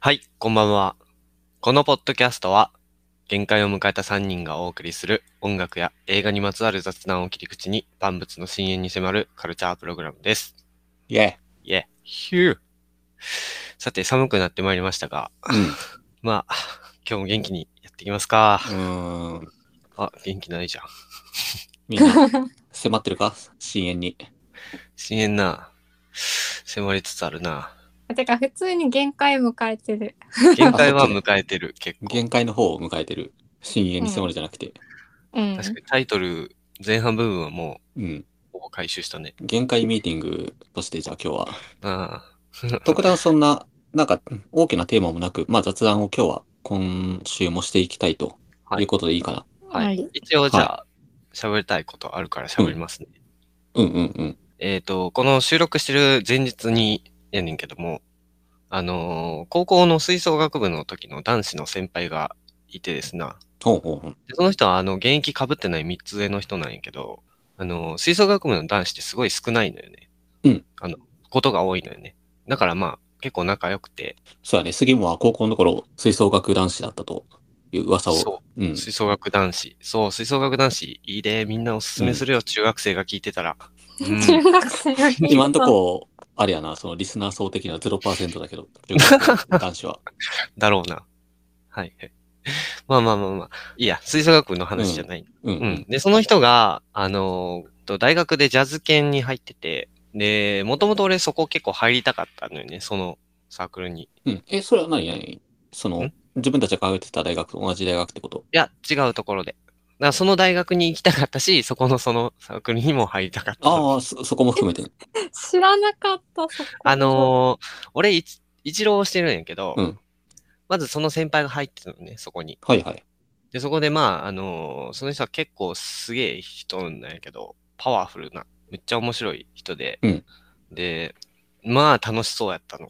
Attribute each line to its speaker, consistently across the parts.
Speaker 1: はい、こんばんは。このポッドキャストは、限界を迎えた3人がお送りする音楽や映画にまつわる雑談を切り口に、万物の深淵に迫るカルチャープログラムです。
Speaker 2: いえ。
Speaker 1: イェ、ヒュー。さて、寒くなってまいりましたが、 まあ、今日も元気にやっていきますか。
Speaker 2: うん。うん。
Speaker 1: あ、元気ないじゃん。
Speaker 2: みんな、迫ってるか深淵に。
Speaker 1: 深淵な。迫りつつあるな。
Speaker 3: てか普通に限界迎えてる。
Speaker 1: 限界は迎えてる、結 構。
Speaker 2: 限界の方を迎えてる。深淵に迫るじゃなくて。
Speaker 3: うん。
Speaker 1: 確かにタイトル、前半部分はも
Speaker 2: うん。
Speaker 1: う、ほぼ回収したね。
Speaker 2: 限界ミーティングとして、じゃあ今日は。
Speaker 1: あ
Speaker 2: 特段そんな、なんか、大きなテーマもなく、まあ雑談を今日は、今週もしていきたいと
Speaker 1: はい
Speaker 2: いうことでいいかな。
Speaker 1: あ。は
Speaker 3: はいい。
Speaker 1: 一応、じゃあ、喋りたいことあるから喋りますね。
Speaker 2: うんうんうん。
Speaker 1: えっ、と、この収録してる前日にやねんけども、あのー高校の吹奏楽部の時の男子の先輩がいてですな。
Speaker 2: ほうほうほう。
Speaker 1: でその人は、あの、現役被ってない3つ上の人なんやけど、あのー吹奏楽部の男子ってすごい少ないのよね。
Speaker 2: うん。
Speaker 1: あの、ことが多いのよね。だからまあ、結構仲良くて、
Speaker 2: そうやね。杉本は高校の頃、吹奏楽男子だったという噂を。。
Speaker 1: そう
Speaker 2: ん。
Speaker 1: 吹奏楽男子。そう、吹奏楽男子、いいで、みんなおすすめするよ、中学生が聞いてたら。うん
Speaker 3: 中学生が聞いた
Speaker 2: 今んと。こ、あれやな、そのリスナー層的には0%だけど、中学生男子は。
Speaker 1: だろうな。はい。 まあまあまあまあ。いいや、吹奏楽部の話じゃない。
Speaker 2: うん。う
Speaker 1: うんん。で、その人が、あのーと大学でジャズ研に入ってて、で、もともと俺そこ結構入りたかったのよね、そのサークルに。い
Speaker 2: うん。え、それは何何その
Speaker 1: ん、
Speaker 2: 自分たちが通ってた大学と同じ大学ってこと
Speaker 1: や、違うところで。だからその大学に行きたかったし、そこのそのサークルにも入りたかった。あ、
Speaker 2: ああ、そ、そこも含めて。
Speaker 3: 知らなかった、そこ。
Speaker 1: のー俺一、一浪してるんやけど、
Speaker 2: うん
Speaker 1: まずその先輩が入ってたのね、そこに。
Speaker 2: はいはい。
Speaker 1: で、そこでまあ、あのーその人は結構すげえ人なんやけど、パワフルな、めっちゃ面白い人で、
Speaker 2: うん
Speaker 1: で、まあ楽しそうやったの。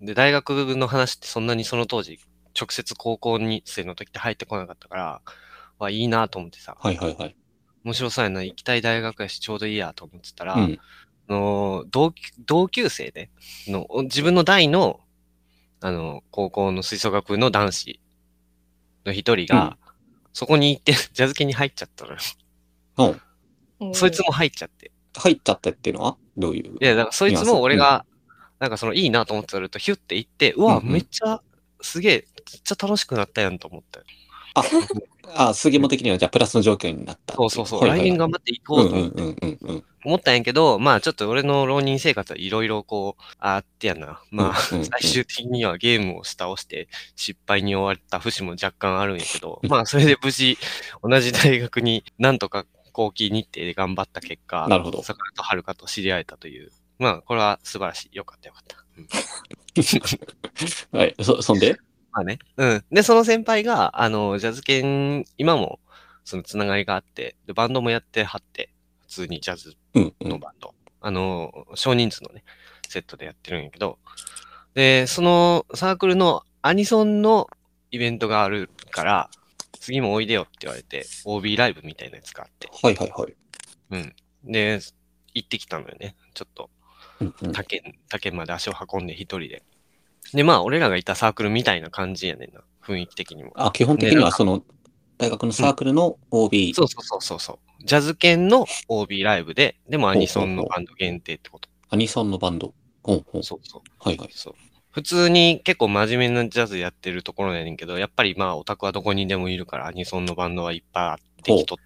Speaker 1: で、大学の話ってそんなにその当時、直接高校に生の時って入ってこなかったから、わ、いいなと思ってさ、
Speaker 2: はいはいはい。
Speaker 1: 面白そうやな、行きたい大学やし、ちょうどいいやと思ってたら、
Speaker 2: うん。
Speaker 1: あのー同級同級生で、の自分の代の、あの高校の吹奏楽部の男子の一人が、そこに行って、 ジャズ系に入っちゃったのよ。
Speaker 2: うん。
Speaker 3: うん
Speaker 1: そいつも入っちゃって。
Speaker 2: 入っちゃったっていうのはどういう
Speaker 1: いや、だからそいつも俺が、なんかそのいいなと思ってたと、ヒュッて行って、うわ、
Speaker 2: うんうん
Speaker 1: めっちゃ、すげえ、めっちゃ楽しくなったやんと思ったよ。
Speaker 2: あ、あ、杉本的にはじゃあプラスの状況になったってい。
Speaker 1: そうそうそう、
Speaker 2: はいは
Speaker 1: 来
Speaker 2: いはい
Speaker 1: 年頑張っていこうと思って
Speaker 2: うんうんうんうんうん。
Speaker 1: 思ったんやけど、まあちょっと俺の浪人生活はいろいろこう、あってやな。まあ、
Speaker 2: うんうんうん
Speaker 1: 最終的にはゲームを倒して失敗に終わった節も若干あるんやけど、まあそれで無事、同じ大学になんとか後期日程で頑張った結果、
Speaker 2: なるほど
Speaker 1: 桜と遥と知り合えたという。まあこれは素晴らしい。よかったよかった。うん
Speaker 2: はい。そ、そんで
Speaker 1: まあね。うん。で、その先輩が、あの、ジャズ犬、今も、そのつながりがあって、でバンドもやってはって、普通にジャズ
Speaker 2: うんう
Speaker 1: の
Speaker 2: ん。
Speaker 1: バンド。あの、少人数のね、セットでやってるんやけど、で、そのサークルのアニソンのイベントがあるから、次もおいでよって言われて、OB ライブみたいなやつがあって、
Speaker 2: はいはいはい。
Speaker 1: うん。で、行ってきたのよね。ちょっと、
Speaker 2: うんうん。
Speaker 1: 他県、他県まで足を運んで一人で。で、まあ、俺らがいたサークルみたいな感じやねんな。雰囲気的にも。
Speaker 2: あ、基本的にはその、大学のサークルの OB。
Speaker 1: そうそうそうそうそう。ジャズ犬の OB ライブで、でもアニソンのバンド限定ってこと。
Speaker 2: アニソンのバンド。ほうほう。
Speaker 1: そうそう。
Speaker 2: はいはい。
Speaker 1: そう。普通に結構真面目なジャズやってるところやねんけど、やっぱりまあオタクはどこにでもいるからアニソンのバンドはいっぱいあって
Speaker 2: ほう
Speaker 1: きとって。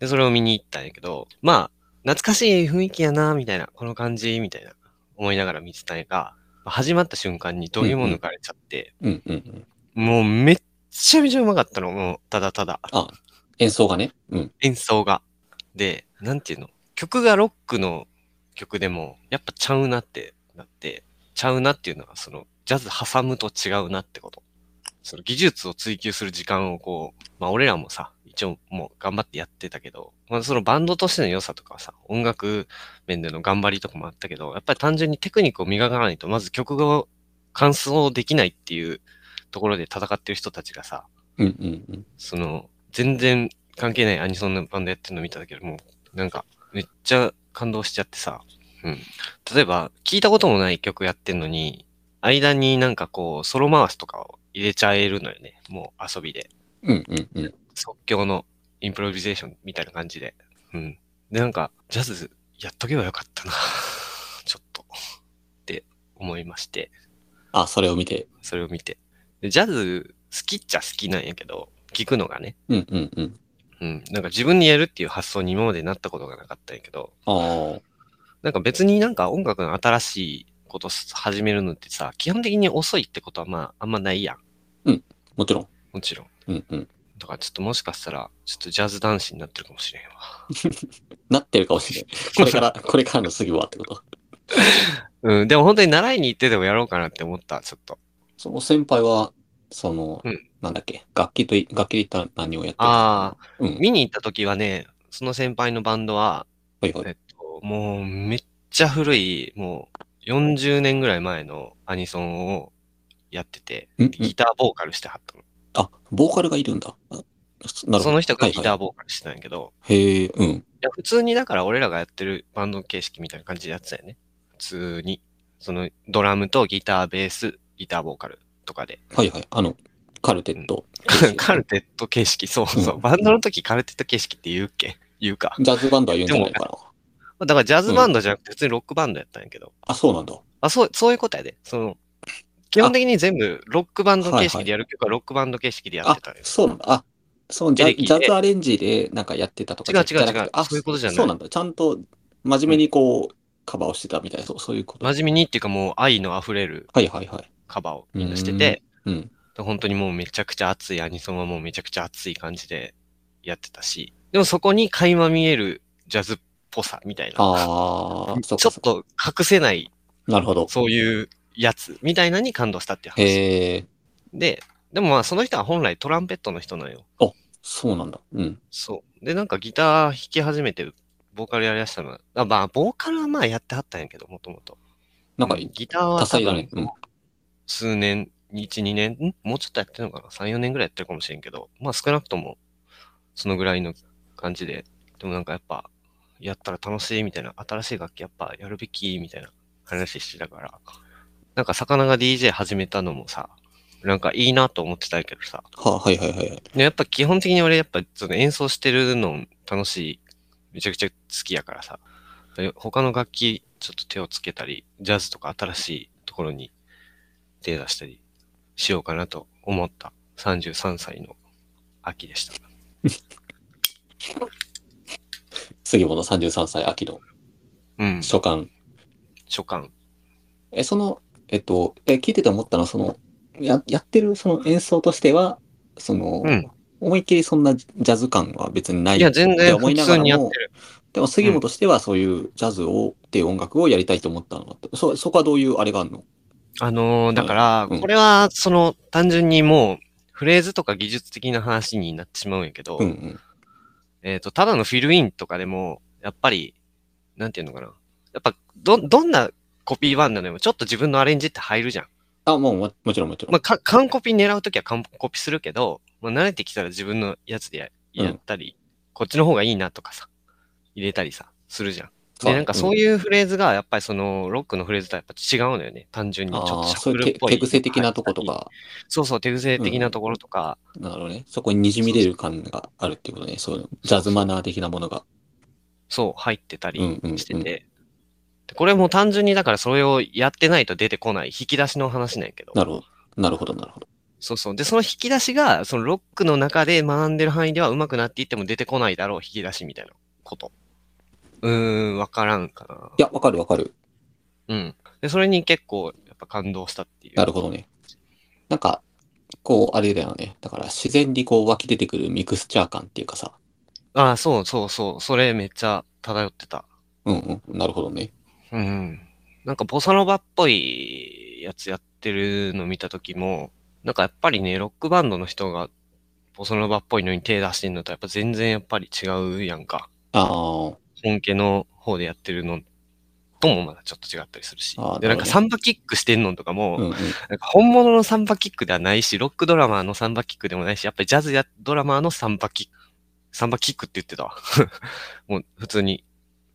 Speaker 1: で、それを見に行ったんやけど、まあ、懐かしい雰囲気やな、みたいな、この感じ、みたいな、思いながら見てたんやが、始まった瞬間にどぎも抜かれちゃって、
Speaker 2: うんうんうん。
Speaker 1: もうめっちゃめちゃうまかったの、もう、ただただ、
Speaker 2: あ、演奏がね。うん。
Speaker 1: 演奏が。で、なんていうの、曲がロックの曲でも、やっぱちゃうなってなって、ちゃうなっていうのは、その、ジャズ挟むと違うなってこと。その技術を追求する時間をこう、まあ俺らもさ、一応もう頑張ってやってたけど、まあそのバンドとしての良さとかさ、音楽面での頑張りとかもあったけど、やっぱり単純にテクニックを磨かないと、まず曲が完奏できないっていうところで戦ってる人たちがさ、
Speaker 2: うんうんうん。
Speaker 1: その、全然関係ないアニソンのバンドやってるの見ただけでもう、なんか、めっちゃ感動しちゃってさ、うん。例えば、聞いたこともない曲やってんのに、間になんかこう、ソロ回しとかを入れちゃえるのよね。もう遊びで。
Speaker 2: うんうんうん。
Speaker 1: 即興のインプロビゼーションみたいな感じで。うん。で、なんか、ジャズやっとけばよかったな。 ちょっと。って思いまして。
Speaker 2: あ、それを見て。
Speaker 1: それを見て。でジャズ好きっちゃ好きなんやけど、聞くのがね。
Speaker 2: うんうんうん。
Speaker 1: うん。なんか自分にやるっていう発想に今までなったことがなかったんやけど、
Speaker 2: ああ。
Speaker 1: なんか別になんか音楽の新しいこと始めるのってさ、基本的に遅いってことはまああんまないやん。
Speaker 2: もちろん。
Speaker 1: もちろん。
Speaker 2: うんうん。
Speaker 1: だからちょっともしかしたら、ちょっとジャズ男子になってるかもしれんわ。
Speaker 2: なってるかもしれない。こ れから、これからの次はってこと。
Speaker 1: うん、でも本当に習いに行ってでもやろうかなって思った、ちょっと。
Speaker 2: その先輩は、その、
Speaker 1: うん
Speaker 2: なんだっけ、楽器とい、楽器で言ったら何をやってる
Speaker 1: あ
Speaker 2: あ。うん。
Speaker 1: 見に行った時はね、その先輩のバンドは、
Speaker 2: はいはい。
Speaker 1: えっと、もうめっちゃ古い、もう40年ぐらい前のアニソンをやってて、
Speaker 2: うんうん
Speaker 1: ギターボーカルしてはったの。
Speaker 2: あ、ボーカルがいるんだ。あなるほ
Speaker 1: そ
Speaker 2: ど。
Speaker 1: の人が
Speaker 2: はい
Speaker 1: ギ
Speaker 2: はい
Speaker 1: ターボーカルしてたんやけど、い
Speaker 2: へえ、うん。
Speaker 1: や普通にだから俺らがやってるバンド形式みたいな感じでやってたよね。普通に。そのドラムとギター、ベース、ギターボーカルとかで。
Speaker 2: はいはい。あの、カルテット。
Speaker 1: カルテット形式、そうそうう。
Speaker 2: ん
Speaker 1: バンドの時カルテット形式って言うっけ言うか。
Speaker 2: ジャズバンドは言うんじゃないかな。
Speaker 1: だからジャズバンドじゃなくて普通にロックバンドやったんやけど。
Speaker 2: あ、そうなんだ。
Speaker 1: あ、そう、そういうことやで。その、基本的に全部ロックバンド形式でやる曲はロックバンド形式でやっ
Speaker 2: あ
Speaker 1: てたんで、す。
Speaker 2: そうなんだ。あ、そのジ
Speaker 1: エレ
Speaker 2: ャ
Speaker 1: キで
Speaker 2: ジャズアレンジでなんかやってたとか
Speaker 1: 違う
Speaker 2: じゃなくて
Speaker 1: 違う違う
Speaker 2: あ、
Speaker 1: そういうことじゃない
Speaker 2: そうなんだ。ちゃんと真面目にこう、カバーをしてたみたいな、そうそういうこと。は
Speaker 1: 真面目にっていうかもう愛の溢れる
Speaker 2: いはいはい。
Speaker 1: カバーをみんなしてて、
Speaker 2: うん。
Speaker 1: 本当にもうめちゃくちゃ熱いアニソンはもうめちゃくちゃ熱い感じでやってたし、でもそこに垣間見えるジャズっぽさみたいな。
Speaker 2: ああ、そっ
Speaker 1: ちょっ
Speaker 2: かそっか。
Speaker 1: と隠せない
Speaker 2: なるほど。
Speaker 1: そういうやつみたいなに感動したっていう話。
Speaker 2: へえ、
Speaker 1: で、でもまあその人は本来トランペットの人なんよ。
Speaker 2: そうなんだ。うん。
Speaker 1: そう。で、なんかギター弾き始めて、ボーカルやりだしたのは、あまあ、ボーカルはまあやってはったんやけど、もともと。
Speaker 2: なんか
Speaker 1: う、ギターは
Speaker 2: 多
Speaker 1: 多
Speaker 2: 彩だね
Speaker 1: 分。
Speaker 2: うん。
Speaker 1: 数年、1、2年、んもうちょっとやってるのかな ?3、4年ぐらいやってるかもしれんけど、まあ少なくとも、そのぐらいの感じで、でもなんかやっぱ、やったら楽しいみたいな、新しい楽器やっぱやるべきみたいな話してたから、なんか魚が DJ 始めたのもさ、なんかいいなと思ってたんやけどさ、
Speaker 2: は、はいはいはいはい。
Speaker 1: ねやっぱ基本的に俺やっぱその演奏してるの楽しい、めちゃくちゃ好きやからさ、で他の楽器ちょっと手をつけたり、ジャズとか新しいところに手出したりしようかなと思った33歳の秋でした。
Speaker 2: 杉本33歳、秋の
Speaker 1: うん。
Speaker 2: 書簡。
Speaker 1: 初感。
Speaker 2: え、その、えっと、え、聞いてて思ったのは、その、や、やってるその演奏としては、その、
Speaker 1: うん
Speaker 2: 思いっきりそんなジャズ感は別にない
Speaker 1: いや、全
Speaker 2: って
Speaker 1: 然
Speaker 2: 思
Speaker 1: 普
Speaker 2: いなが
Speaker 1: 通
Speaker 2: ら
Speaker 1: にやっ
Speaker 2: も
Speaker 1: て、る。
Speaker 2: でも杉本としてはそういうジャズを、っていう音楽をやりたいと思ったのは、そ、そこはどういうあれがあるの
Speaker 1: あのーだから、
Speaker 2: うん
Speaker 1: これはその単純にもうフレーズとか技術的な話になってしまうんやけど、
Speaker 2: うんうん。
Speaker 1: えっ、と、ただのフィルインとかでも、やっぱり、なんていうのかな。やっぱ、ど、どんなコピー版なのでも、ちょっと自分のアレンジって入るじゃん。
Speaker 2: あ、もうも、もちろんもちろん。
Speaker 1: まあ、か、完コピー狙うときは完コピーするけど、まあ、慣れてきたら自分のやつでや
Speaker 2: うん
Speaker 1: やったり、こっちの方がいいなとかさ、入れたりさ、するじゃん。
Speaker 2: ま
Speaker 1: で、なんかそう
Speaker 2: い
Speaker 1: いうフレーズが、やっぱりその、ロックのフレーズとはやっぱ違うのよね。単純に。ちょっ
Speaker 2: あ
Speaker 1: と
Speaker 2: あ
Speaker 1: シ
Speaker 2: ー、
Speaker 1: ャ
Speaker 2: そ
Speaker 1: ッ
Speaker 2: う
Speaker 1: フ
Speaker 2: いう
Speaker 1: ルっ
Speaker 2: 手
Speaker 1: ぽい。
Speaker 2: 手癖的なとことか、
Speaker 1: そうそう、手癖的なところとか、
Speaker 2: なるほどね。そこに滲み出る感があるっていうことね。そういう、ジャズマナー的なものが。
Speaker 1: そう、入ってたり
Speaker 2: うんうんうん
Speaker 1: してて、でこれも単純にだからそれをやってないと出てこない引き出しの話なんやけど、
Speaker 2: なるほど。なるほど、なるほど。
Speaker 1: そうそう。で、その引き出しが、そのロックの中で学んでる範囲では上手くなっていっても出てこないだろう、引き出しみたいなこと。うーん、わからんかな。
Speaker 2: いや、わかるわかる。
Speaker 1: うん。で、それに結構、やっぱ感動したっていう。
Speaker 2: なるほどね。なんか、こう、あれだよね。だから自然にこう湧き出てくるミクスチャー感っていうかさ。
Speaker 1: ああ、そうそうそう。それめっちゃ漂ってた。
Speaker 2: うんうん。なるほどね。
Speaker 1: うん。なんかボサノバっぽいやつやってるの見た時も、なんかやっぱりね、ロックバンドの人がボサノバっぽいのに手出してんのとやっぱ全然やっぱり違うやんか。
Speaker 2: ああ、
Speaker 1: 本家の方でやってるのともまだちょっと違ったりするし
Speaker 2: あー。
Speaker 1: で、
Speaker 2: な
Speaker 1: なん
Speaker 2: るほどね
Speaker 1: かサンバキックしてんのとかも、
Speaker 2: うんうん。
Speaker 1: なんか本物のサンバキックではないし、ロックドラマーのサンバキックでもないし、やっぱりジャズやドラマーのサンバキック、サンバキックって言ってたわ。 もう普通に、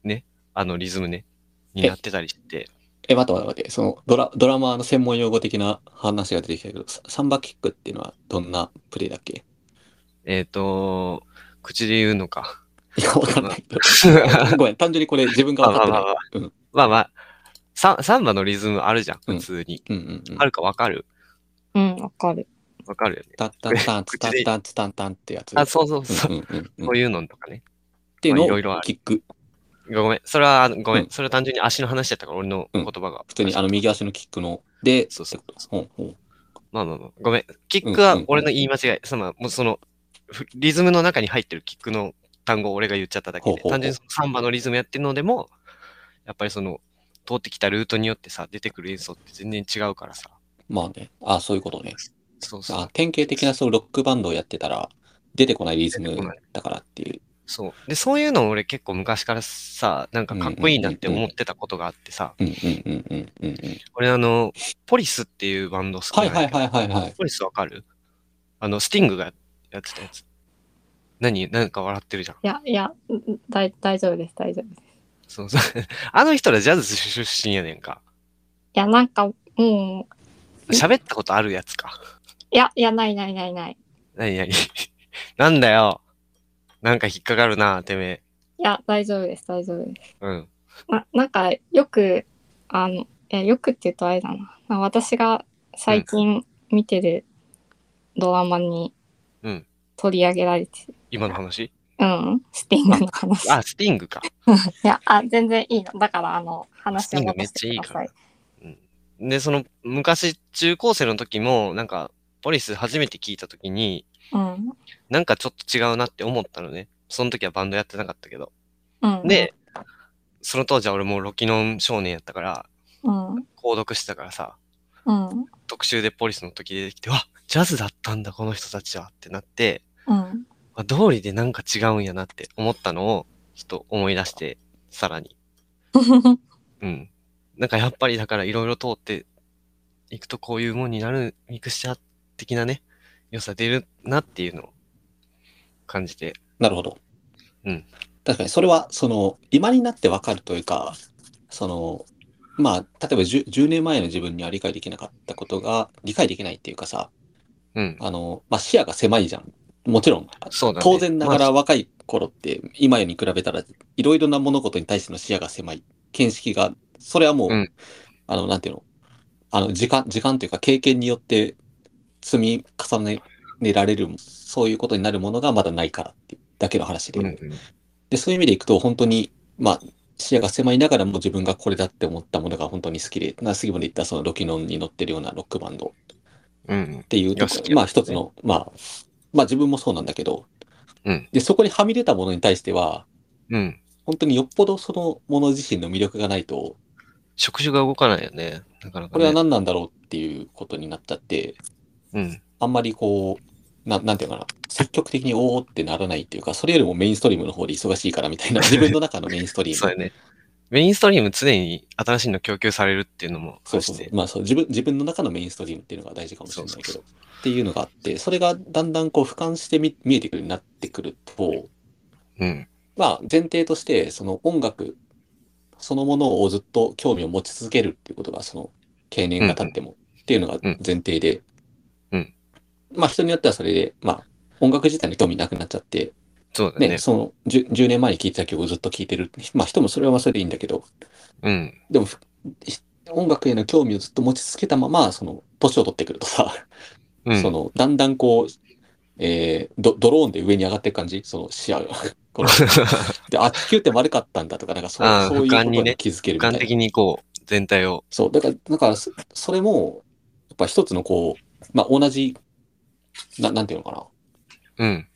Speaker 1: ね、あのリズムね、になってたりして、
Speaker 2: え、待って待って待って、そのドラ、ドラマーの専門用語的な話が出てきたけど、ササンバキックっていうのはどんなプレイだっけ
Speaker 1: えっ、と、口で言うのか。
Speaker 2: いや、わかんないけど。ごめん、単純にこれ自分が分かってない。うん、
Speaker 1: まあまあ、ササンバのリズムあるじゃん、普通に。
Speaker 2: うん、うんうん。
Speaker 1: あるかわかる
Speaker 3: うん、わかる。
Speaker 1: わかるよね。
Speaker 2: タッタッタン、ツタッタン、ツタンタンってやつ。
Speaker 1: あ、そうそうそう。
Speaker 2: うんうんうんうん
Speaker 1: こういうのとかね。
Speaker 2: っていう
Speaker 1: まあいろいろ
Speaker 2: の
Speaker 1: あ
Speaker 2: を
Speaker 1: る
Speaker 2: キック。
Speaker 1: ごめん。それは、あのごめん。
Speaker 2: うん
Speaker 1: それは単純に足の話だったから、俺の言葉が。
Speaker 2: 普通にあの右足のキックの。で、
Speaker 1: そうそう
Speaker 2: ほうほう
Speaker 1: まあまあまあ。ごめん。キックは俺の言い間違い。その、もうその、ふリズムの中に入ってるキックの単語を俺が言っちゃっただけ
Speaker 2: ほう
Speaker 1: で、
Speaker 2: ほうほう
Speaker 1: 単純にそのサンバのリズムやってるのでも、やっぱりその、通ってきたルートによってさ、出てくる演奏って全然違うからさ。
Speaker 2: まあね。あ、そういうことね。
Speaker 1: そうそう。
Speaker 2: あ、典型的なそうロックバンドをやってたら、出てこないリズムだからっていう。
Speaker 1: そう。で、そういうのを俺結構昔からさ、なんかかっこいいなって思ってたことがあってさ、
Speaker 2: うんうんうんうんうんうん。
Speaker 1: 俺あの、ポリスっていうバンド好き
Speaker 2: は
Speaker 1: ないんだ
Speaker 2: は
Speaker 1: け
Speaker 2: い
Speaker 1: ど
Speaker 2: はいはいはい。
Speaker 1: ポリスわかるあの、スティングがやってたやつ。何なんか笑ってるじゃん。
Speaker 3: いや、いや、うん大大丈夫です、大丈夫です。い
Speaker 1: そう そう。あの人らジャズ出身やねんか。
Speaker 3: や、なんか、うん。い
Speaker 1: 喋ったことあるやつか。
Speaker 3: や、いや、ないないないない。
Speaker 1: 何 何なんだよ。なんか引っかかるな、てめえ。
Speaker 3: いや、大丈夫です、大丈夫です。
Speaker 1: うん。
Speaker 3: ななんかよくあのいやよくって言うとあれだなまあ私が最近見てるドラマに
Speaker 1: うん
Speaker 3: 取り上げられてる、
Speaker 1: 今の話
Speaker 3: うんスティングの話
Speaker 1: あ、スティングか。
Speaker 3: いやあ全然いいのだからあの
Speaker 1: ス
Speaker 3: 話
Speaker 1: ティ
Speaker 3: を
Speaker 1: ングめ
Speaker 3: 戻
Speaker 1: っ
Speaker 3: し
Speaker 1: ちゃ
Speaker 3: て
Speaker 1: いい
Speaker 3: くだ
Speaker 1: か
Speaker 3: さ
Speaker 1: ら
Speaker 3: い。
Speaker 1: うん。で、その、昔、中高生の時も、なんか、ポリス初めて聞いた時に、
Speaker 3: うん
Speaker 1: なんかちょっと違うなって思ったのね。その時はバンドやってなかったけど。
Speaker 3: うん
Speaker 1: で、その当時は俺もうロキノン少年やったから、
Speaker 3: うんうん
Speaker 1: 購読してたからさ、
Speaker 3: うん
Speaker 1: 特集でポリスの時出てきて、わジャズだったんだ、この人たちはってなって、
Speaker 3: うん
Speaker 1: あ道理でなんか違うんやなって思ったのを、ちょっと思い出して、さらに。うん。なんかやっぱりだからいろいろ通っていくとこういうもんになる、ミクスチャー的なね、良さ出るなっていうのを感じて。
Speaker 2: なるほど。
Speaker 1: うん。
Speaker 2: 確かに、それは、その、今になってわかるというか、その、まあ、例えば 10, 10年前の自分には理解できなかったことが、理解できないっていうかさ、
Speaker 1: うん。
Speaker 2: あの、まあ、視野が狭いじゃん。もちろん、
Speaker 1: そうだね。
Speaker 2: 当然なが
Speaker 1: まあ
Speaker 2: ら若い頃って、今に比べたら、いろいろな物事に対しての視野が狭い。見識が、それはもう、
Speaker 1: うん
Speaker 2: あの、なんていうの、あの、時間、時間というか経験によって積み重ねられる、そういうことになるものがまだないからっていうだけの話で。
Speaker 1: うんうん
Speaker 2: で、そういう意味でいくと、本当に、まあ、視野が狭いながらも自分がこれだって思ったものが本当に好きで、な、杉本で言ったそのロキノンに乗ってるようなロックバンド
Speaker 1: うんうん
Speaker 2: っていうと
Speaker 1: いや好き
Speaker 2: こ、
Speaker 1: や
Speaker 2: まあ一つの、まあ、まあ自分もそうなんだけど、
Speaker 1: うん
Speaker 2: で、そこにはみ出たものに対しては、
Speaker 1: うん。
Speaker 2: 本当によっぽどそのもの自身の魅力がないと、
Speaker 1: 触手が動かないよね。なかなか、ね。
Speaker 2: これは何なんだろうっていうことになっちゃって、
Speaker 1: うん。
Speaker 2: あんまりこう、ななんていうのかな、積極的におおってならないっていうか、それよりもメインストリームの方で忙しいからみた いな、自分の中のメインストリーム。
Speaker 1: そうやね。メインストリーム常に新しいの供給されるっていうのも
Speaker 2: そう
Speaker 1: そ
Speaker 2: そう
Speaker 1: して
Speaker 2: そう。まあそう、自分、自分の中のメインストリームっていうのが大事かもしれないけど。
Speaker 1: そうそう
Speaker 2: っていうのがあって、それがだんだんこう俯瞰してみ見えてくるようになってくると、
Speaker 1: うん。
Speaker 2: まあ前提として、その音楽そのものをずっと興味を持ち続けるっていうことが、その経年が経ってもっていうのが前提で、
Speaker 1: うん
Speaker 2: まあ人によってはそれで、まあ音楽自体の興味なくなっちゃって、
Speaker 1: そうだ
Speaker 2: ね、
Speaker 1: ね。
Speaker 2: その 10, 10年前に聴いてた曲をずっと聴いてる。まあ人もそれはそれでいいんだけど、
Speaker 1: うん。
Speaker 2: でも、ふ音楽への興味をずっと持ち続けたまま、その、年を取ってくるとさ、
Speaker 1: うん、
Speaker 2: その、だんだんこう、えード、ドローンで上に上がっていく感じその、視野が。こので、あ、地球って丸かったんだとか、なんかそう
Speaker 1: あー
Speaker 2: そういう
Speaker 1: 俯
Speaker 2: こ
Speaker 1: 瞰
Speaker 2: と
Speaker 1: にね
Speaker 2: に気づけ
Speaker 1: 俯
Speaker 2: るみたい
Speaker 1: 瞰
Speaker 2: な。
Speaker 1: 的にこう、全体を。
Speaker 2: そう、だから、だからそ、それも、やっぱ一つのこう、まあ、同じ、な、なんていうのかな。
Speaker 1: うん。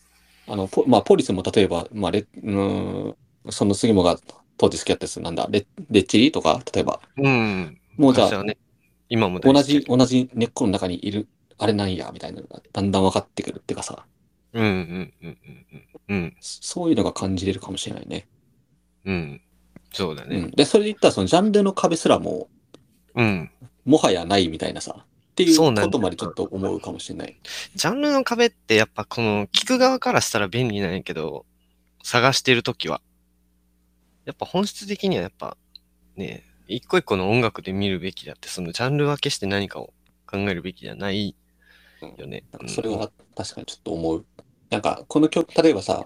Speaker 2: あの、ポ、まあ、ポリスも例えば、まあ、レ、うーん、その杉本が当時好きだったやつ、なんだ、レ、レッチリとか、例えば、
Speaker 1: うん。
Speaker 2: もうじゃあ
Speaker 1: 昔はね、今も大
Speaker 2: 同
Speaker 1: 好き
Speaker 2: じ、同じ根っこの中にいる、あれなんや、みたいなのが、だんだん分かってくるっていうかさ、
Speaker 1: うんうんうんうんうん。うん。
Speaker 2: そそういうのが感じれるかもしれないね。
Speaker 1: うん。そうだ
Speaker 2: う
Speaker 1: ね。
Speaker 2: ん。で、それで言ったら、そのジャンルの壁すらも、
Speaker 1: うん。
Speaker 2: もはやないみたいなさ、っていう
Speaker 1: そうなんだ
Speaker 2: ことまでちょっと思うかもしれない。
Speaker 1: ジャンルの壁ってやっぱこの聞く側からしたら便利なんやけど、探してるときは。やっぱ本質的にはやっぱね、一個一個の音楽で見るべきだって、そのジャンル分けして何かを考えるべきじゃないよね。
Speaker 2: なんかそれは確かにちょっと思う。なんか、この曲、例えばさ、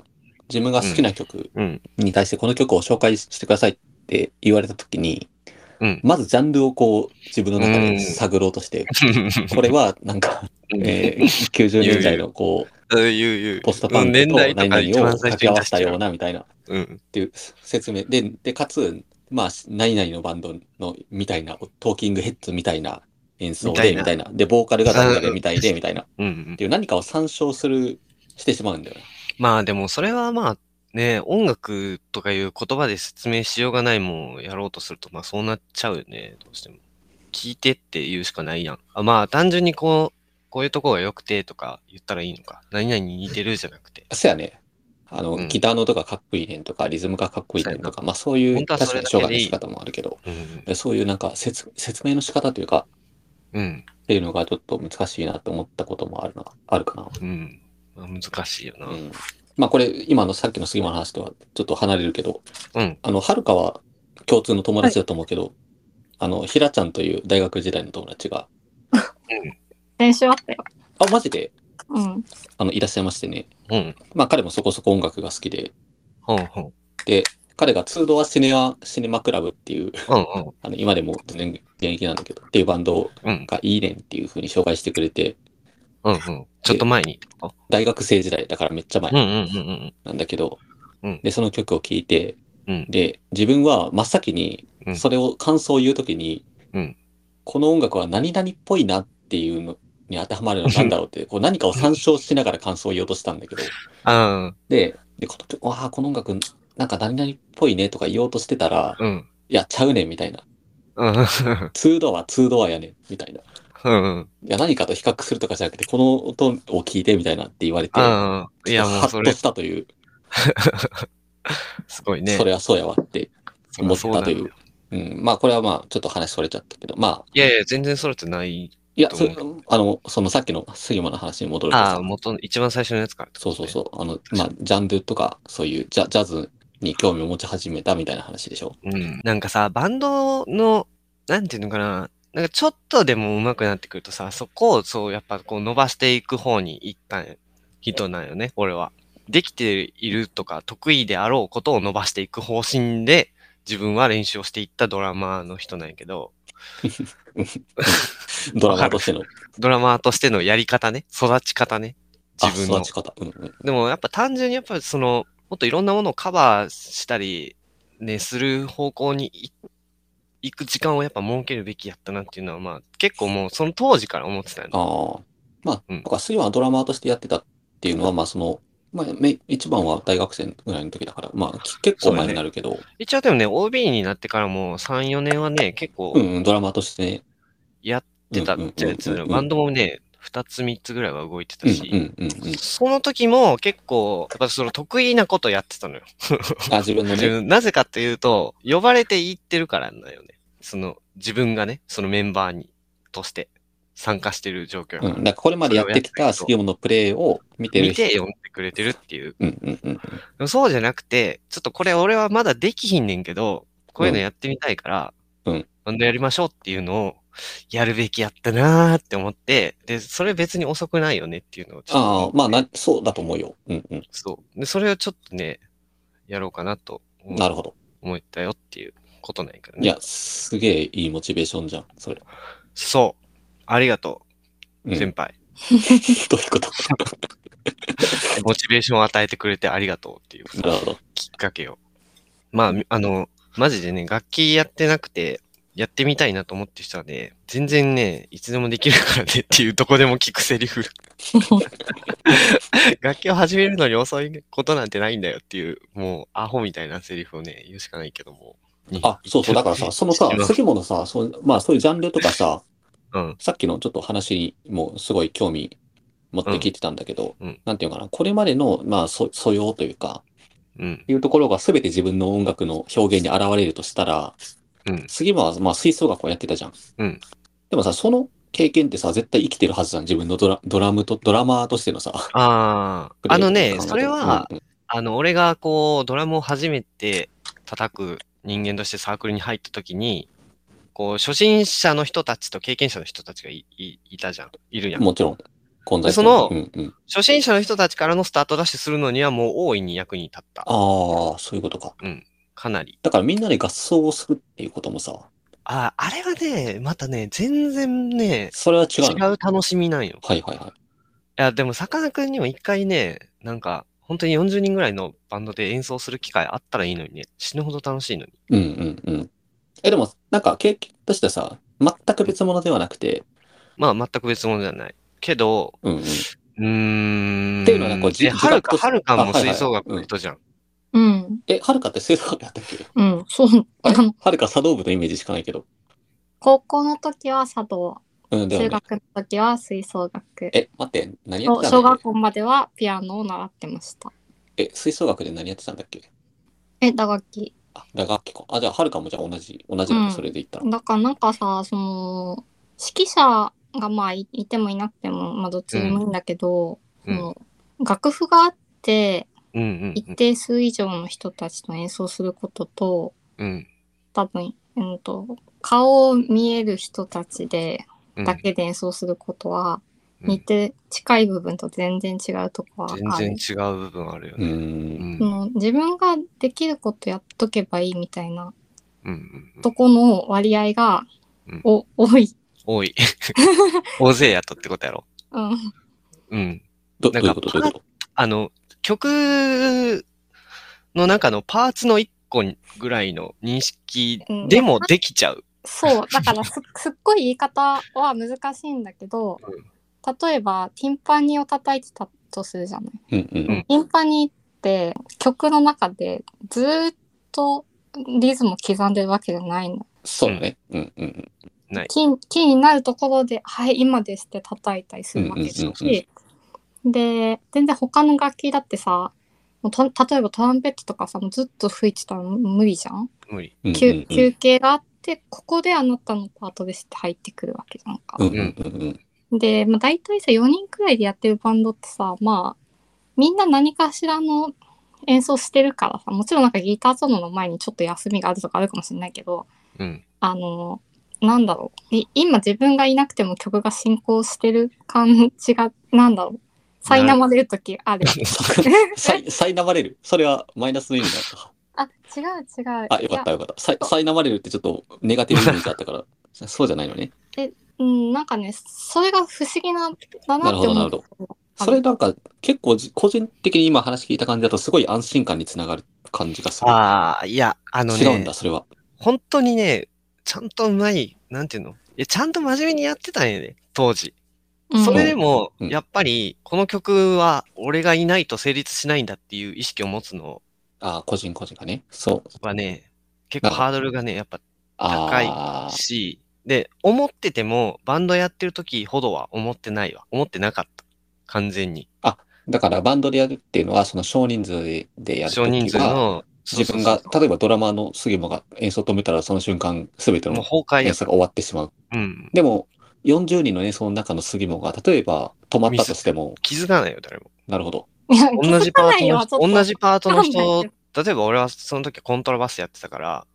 Speaker 2: 自分が好きな曲
Speaker 1: うん。
Speaker 2: に対してこの曲を紹介してくださいって言われたときに、
Speaker 1: うん
Speaker 2: まずジャンルをこう、自分の中
Speaker 1: うん
Speaker 2: で探ろうとして、これはなんか、えー90年 代のこう、
Speaker 1: うん、いう、いう。
Speaker 2: ポストパンク
Speaker 1: 年
Speaker 2: と
Speaker 1: 代とか
Speaker 2: 何
Speaker 1: 一
Speaker 2: 々を
Speaker 1: 番最初
Speaker 2: 掛
Speaker 1: に
Speaker 2: け合わ
Speaker 1: 出
Speaker 2: せ
Speaker 1: した
Speaker 2: たよ
Speaker 1: よ
Speaker 2: う
Speaker 1: う
Speaker 2: なみたいなっ
Speaker 1: うん。
Speaker 2: ていう説明。で、で、かつ、まあ、何々のバンドのみたいな、トーキングヘッズみたいな演奏
Speaker 1: み
Speaker 2: で、み
Speaker 1: た
Speaker 2: たいな。で、ボーカルが誰々みたいで、みたいな。っ
Speaker 1: うんうん
Speaker 2: て。いう何かを参照する、してしまうんだよね。
Speaker 1: まあでもそれはまあね、音楽とかいう言葉で説明しようがないもんやろうとするとまあそうなっちゃうよね、どうしても。聞いてって言うしかないやん。あまあ単純にこう、こういうとこが良くてとか言ったらいいのか。何々に似てるじゃなくて。
Speaker 2: そうやね。あの、
Speaker 1: うん
Speaker 2: ギターの音がかっこいいねんとか、リズムがかっこいいねんとか、まあそうい
Speaker 1: 本
Speaker 2: う
Speaker 1: 当は
Speaker 2: 確
Speaker 1: そ
Speaker 2: か
Speaker 1: れ
Speaker 2: に
Speaker 1: だけ
Speaker 2: 障害
Speaker 1: で
Speaker 2: の
Speaker 1: いい
Speaker 2: 仕方もあるけど、
Speaker 1: うん。
Speaker 2: そういうなんか説説明の仕方というか、
Speaker 1: うん。
Speaker 2: っていうのがちょっと難しいなと思ったこともあるな、あるかな。
Speaker 1: うん。まあ難しいよな。
Speaker 2: うん。まあこれ、今のさっきの杉間の話とはちょっと離れるけど、
Speaker 1: うん。
Speaker 2: あの、はるかは共通の友達だと思うけど、あの、ひらちゃんという大学時代の友達が、
Speaker 3: 練習あったよ。
Speaker 2: あ、マジで、
Speaker 3: うん。
Speaker 2: あの、いらっしゃいましてね。
Speaker 1: うん。
Speaker 2: まあ彼もそこそこ音楽が好きで、
Speaker 1: ほんほん。
Speaker 2: で、彼がツードアシネア、シネマクラブっていう、
Speaker 1: うんうん。
Speaker 2: あの、今でも全然現役なんだけど、っていうバンド
Speaker 1: うん。
Speaker 2: がいいねんっていう風に紹介してくれて、
Speaker 1: うんうん。ちょっと前にってこと
Speaker 2: 大学生時代だからめっちゃ前
Speaker 1: うんうんうん
Speaker 2: なんだけど、
Speaker 1: うん
Speaker 2: で、その曲を聴いて、
Speaker 1: うん
Speaker 2: で、自分は真っ先に
Speaker 1: う、ん
Speaker 2: それを感想を言うときに、
Speaker 1: うん
Speaker 2: この音楽は何々っぽいなっていうのに当てはまるのなんだろ うって、こう何かを参照しながら感想を言おうとしたんだけど、
Speaker 1: うん。うん。
Speaker 2: で、でこの曲、わあ、この音楽、なんか何々っぽいねとか言おうとしてたら、
Speaker 1: うん。
Speaker 2: いや、ちゃうねんみたいな。
Speaker 1: うん。
Speaker 2: ツードア、ツードアやねんみたいな。
Speaker 1: うん。
Speaker 2: いや、何かと比較するとかじゃなくて、この音を聞いてみたいなって言われて、
Speaker 1: うん。いやも
Speaker 2: ハ
Speaker 1: うそ
Speaker 2: ッと
Speaker 1: れ、
Speaker 2: したという、
Speaker 1: すごいね。
Speaker 2: それはそうやわって思ったという。うん、まあ、これはまあ、ちょっと話それちゃったけど、まあ、
Speaker 1: いやいや、全然それってない。
Speaker 2: いや、
Speaker 1: どう
Speaker 2: それあの、そのさっきの杉間の話に戻ると
Speaker 1: ああ、
Speaker 2: さ、
Speaker 1: 元、一番最初のやつからってこ
Speaker 2: そう
Speaker 1: と
Speaker 2: そう
Speaker 1: ね、
Speaker 2: そう、あの、まあ、ジャンルとか、そういうジャジャズに興味を持ち始めたみたいな話でしょ。
Speaker 1: うん。なんかさ、バンドの、なんていうのかな、なんかちょっとでも上手くなってくるとさ、そこをそう、やっぱこう伸ばしていく方に行った人なんよね、俺は。できているとか、得意であろうことを伸ばしていく方針で、自分は練習をしていったドラマーの人なんやけど、
Speaker 2: ドラマとしての
Speaker 1: ドラマーとしてのやり方ね、育ち方ね、
Speaker 2: あ
Speaker 1: 自分の
Speaker 2: 育。ち方。うんうん。
Speaker 1: でもやっぱ単純にやっぱりそのもっといろんなものをカバーしたりねする方向にい行く時間をやっぱ設けるべきやったなっていうのはまあ結構もうその当時から思ってたよね。
Speaker 2: ああ。まあ、
Speaker 1: うん
Speaker 2: なんか杉間はドラマーとしてやってたっていうのは、まあ、その、まあ、め一番は大学生ぐらいの時だから、まあ、き結構前になるけど、
Speaker 1: 一応でもね OB になってからも3、4年はね結
Speaker 2: う
Speaker 1: 構
Speaker 2: んうん、ドラマーとしてね、
Speaker 1: やってたってやつ
Speaker 2: うんうんうんうん
Speaker 1: バンドもね2つ3つぐらいは動いてた
Speaker 2: うん
Speaker 1: し、
Speaker 2: うんうんうん。
Speaker 1: その時も結構やっぱその得意なことやってたのよ。
Speaker 2: あ、自分の
Speaker 1: 自
Speaker 2: ね、
Speaker 1: 分なぜかっていうと、呼ばれて行ってるからなんだよね。その、自分がね、そのメンバーに、として参加してる状況
Speaker 2: う
Speaker 1: が、
Speaker 2: ん、だからこれまでやってきたスキームのプレイを見てる
Speaker 1: 見
Speaker 2: 人。
Speaker 1: て呼んでくれてるっていう。
Speaker 2: うんうんうん。
Speaker 1: でもそうじゃなくて、ちょっとこれ俺はまだできひんねんけど、こういうのやってみたいから、
Speaker 2: うん
Speaker 1: バンドやりましょうっていうのを、やるべきやったなーって思って、で、それ別に遅くないよねっていうのをちょっと
Speaker 2: ああ、まあな、そうだと思うよ。うんうん。
Speaker 1: そう。で、それをちょっとね、やろうかなと思
Speaker 2: なるほど。
Speaker 1: 思ったよっていうことなんやけどね。
Speaker 2: いや、すげえいいモチベーションじゃん、それ。
Speaker 1: そう。ありがと
Speaker 2: う
Speaker 1: う、
Speaker 2: ん、
Speaker 1: 先輩。
Speaker 2: どういうこと
Speaker 1: モチベーションを与えてくれてありがとうっていう
Speaker 2: なるほど。
Speaker 1: きっかけを。まあ、みあの、マジでね、楽器やってなくて、やってみたいなと思ってる人はね、全然ね、いつでもできるからねっていうどこでも聞くセリ フ。楽器を始めるのに遅いことなんてないんだよっていう、もうアホみたいなセリフをね、言うしかないけども。
Speaker 2: あ、そうそう。だからさ、そのさ
Speaker 1: 知って、ます
Speaker 2: 杉本さ、そうまあそういうジャンルとかさ、
Speaker 1: うん。
Speaker 2: さっきのちょっと話にもすごい興味持って聞いてたんだけど、
Speaker 1: うんうん
Speaker 2: なんていうのかな、これまでの、まあ、そ素養というか、
Speaker 1: うん。
Speaker 2: いうところが全て自分の音楽の表現に現れるとしたら、
Speaker 1: うん
Speaker 2: 次は、まあ、吹奏楽をやってたじゃん。
Speaker 1: うん
Speaker 2: でもさ、その経験ってさ、絶対生きてるはずじゃん。自分のドラドラムと、ドラマーとしてのさ。
Speaker 1: ああ、あのね、それは、
Speaker 2: うんうん
Speaker 1: あの、俺がこう、ドラムを初めて叩く人間としてサークルに入った時に、こう、初心者の人たちと経験者の人たちがいいいたじゃん。いるやん。
Speaker 2: もちろん。混在
Speaker 1: でその
Speaker 2: うんうん。
Speaker 1: 初心者の人たちからのスタートダッシュするのにはもう大いに役に立った。
Speaker 2: ああ、そういうことか。
Speaker 1: かなり。
Speaker 2: だからみんなで合奏をするっていうこともさ、
Speaker 1: ああ、あれはね、またね、全然ね、
Speaker 2: それは違
Speaker 1: 違
Speaker 2: うの。
Speaker 1: う楽しみなんよ。
Speaker 2: はいはいはい。
Speaker 1: いや、でも、さかなクンにも一回ね、なんか、本当に40人ぐらいのバンドで演奏する機会あったらいいのにね、死ぬほど楽しいのに。
Speaker 2: うんうんうん。え、でも、なんか経験としてはさ、全く別物ではなくて、
Speaker 1: まあ、全く別物じゃない。けど、
Speaker 2: うんうん。
Speaker 1: うーん。
Speaker 2: っていうのはなんかじ
Speaker 1: えはるか、
Speaker 2: 自覚
Speaker 1: はるかも
Speaker 2: あはいはい
Speaker 1: 吹奏楽の人じゃん。
Speaker 3: うん。
Speaker 2: え、はるかって吹奏楽やったっけ
Speaker 3: うん。そう。
Speaker 2: あれ
Speaker 3: あの
Speaker 2: はるか茶道部のイメージしかないけど。
Speaker 3: 高校の時は茶道、
Speaker 2: うん、だよ
Speaker 3: 中
Speaker 2: ね。
Speaker 3: 学の時は吹奏楽。
Speaker 2: え、待って、何やっ
Speaker 3: 小
Speaker 2: てた
Speaker 3: 小
Speaker 2: んだっ
Speaker 3: 学
Speaker 2: け
Speaker 3: 校まではピアノを習ってました。
Speaker 2: え、吹奏楽で何やってたんだっけ
Speaker 3: え、打楽器。
Speaker 2: あ、打楽器か。あ、じゃあ、はるかもじゃあ同じ、同じだ
Speaker 3: う
Speaker 2: ね、
Speaker 3: ん
Speaker 2: それで言ったら。
Speaker 3: だからなんかさ、その、指揮者がまあいいてもいなくても、まあどっちでもいいんだけど、
Speaker 1: うん
Speaker 3: その楽譜があって、
Speaker 1: うんうん
Speaker 3: 一定数以上の人たちと演奏することと、
Speaker 1: うん。うん。
Speaker 3: 多分、うんと、顔を見える人たちで、
Speaker 1: うん
Speaker 3: だけで演奏することは、
Speaker 1: うん
Speaker 3: 似て近い部分と全然違うとこはあ
Speaker 1: 全
Speaker 3: る。
Speaker 1: 然違う部分あるよ
Speaker 2: うー。
Speaker 1: ね。うんん。
Speaker 3: そ
Speaker 1: うん
Speaker 3: の自分ができることやっとけばいいみたいな
Speaker 1: うんうん。
Speaker 3: とこの割合が、
Speaker 1: うん
Speaker 3: お 多い。
Speaker 1: 多 い。大勢やったってことやろ。
Speaker 3: うん。
Speaker 1: うん。
Speaker 2: ど、ど
Speaker 1: な
Speaker 2: うんい
Speaker 1: か
Speaker 2: うことどういうこと
Speaker 1: あの、曲の中のパーツの一個ぐらいの認識でもできちゃう。
Speaker 3: そう、だからす すっごい言い方は難しいんだけど、例えば、ティンパニーを叩いてたとするじゃない。
Speaker 2: うんうんうん。
Speaker 3: ティンパニーって曲の中でずーっとリズムを刻んでるわけじゃないの。
Speaker 2: そうだね。うんうんうん。
Speaker 1: ない
Speaker 3: キーキーになるところで、はい、今ですって叩いたりするわけだ
Speaker 2: うんうんうん
Speaker 3: し、で、全然他の楽器だってさ、もうと例えばトランペットとかさ、もうずっと吹いてたら無理じゃん
Speaker 1: 無理。
Speaker 2: うん
Speaker 3: 休休憩があって、ここであなたのパートですって入ってくるわけじゃんか。
Speaker 2: うんうんうん うん。
Speaker 3: で、まあ、大体さ、4人くらいでやってるバンドってさ、まあ、みんな何かしらの演奏してるからさ、もちろんなんかギターソロの前にちょっと休みがあるとかあるかもしれないけど、
Speaker 1: うん。
Speaker 3: あの、なんだろう。い今自分がいなくても曲が進行してる感じが、なんだろう。苛まれる時ある。
Speaker 2: さい、さいなまれる。それはマイナスの意味だった。
Speaker 3: あ、違う違う。
Speaker 2: あ、よかった
Speaker 3: いや。
Speaker 2: よかった。さい、さいなまれるってちょっとネガティブイメージだったから、そうじゃないのね。
Speaker 3: うん、なんかね、それが不思議な、
Speaker 2: な
Speaker 3: だな
Speaker 2: る
Speaker 3: っ
Speaker 2: ほ
Speaker 3: て
Speaker 2: ど、な
Speaker 3: 思
Speaker 2: る
Speaker 3: う
Speaker 2: ほ。ど。それなんか結構じ個人的に今話聞いた感じだとすごい安心感につながる感じがする。
Speaker 1: ああ、いや、あの
Speaker 2: 違うん
Speaker 1: ね
Speaker 2: だ、、それは。
Speaker 1: 本当にね、ちゃんとうまい、なんていうのいや、ちゃんと真面目にやってたんやね、当時。
Speaker 3: うん
Speaker 1: それでも、
Speaker 2: うん
Speaker 1: やっぱり、この曲は俺がいないと成立しないんだっていう意識を持つの
Speaker 2: ああ、個人個人がね。そう。
Speaker 1: はね、結構ハードルがね、やっぱ
Speaker 2: ああ、
Speaker 1: し、で、思ってても、バンドやってる時ほどは思ってないわ。思ってなかった。完全に。
Speaker 2: だからバンドでやるっていうのは、その少人数ででやる
Speaker 1: 少
Speaker 2: と
Speaker 1: 人
Speaker 2: き
Speaker 1: 数
Speaker 2: は、
Speaker 1: の、
Speaker 2: 自分
Speaker 1: そう
Speaker 2: が
Speaker 1: そう、そう
Speaker 2: 例えばドラマーの杉本が演奏を止めたら、その瞬間、すべて
Speaker 1: もう
Speaker 2: の
Speaker 1: 崩壊や
Speaker 2: 演
Speaker 1: か
Speaker 2: 奏が終わってしまう。
Speaker 1: ら。うん。
Speaker 2: でも、40人の演奏の中の杉本が、例えば止まったとしても、
Speaker 1: 気づかないよ、誰も。
Speaker 2: なるほど。
Speaker 3: いや
Speaker 1: 同じパートの
Speaker 3: 気づかないよちょっと
Speaker 1: 人、同じパートの
Speaker 3: わかん
Speaker 1: 人、例えば俺はその時コントラバスやってたから、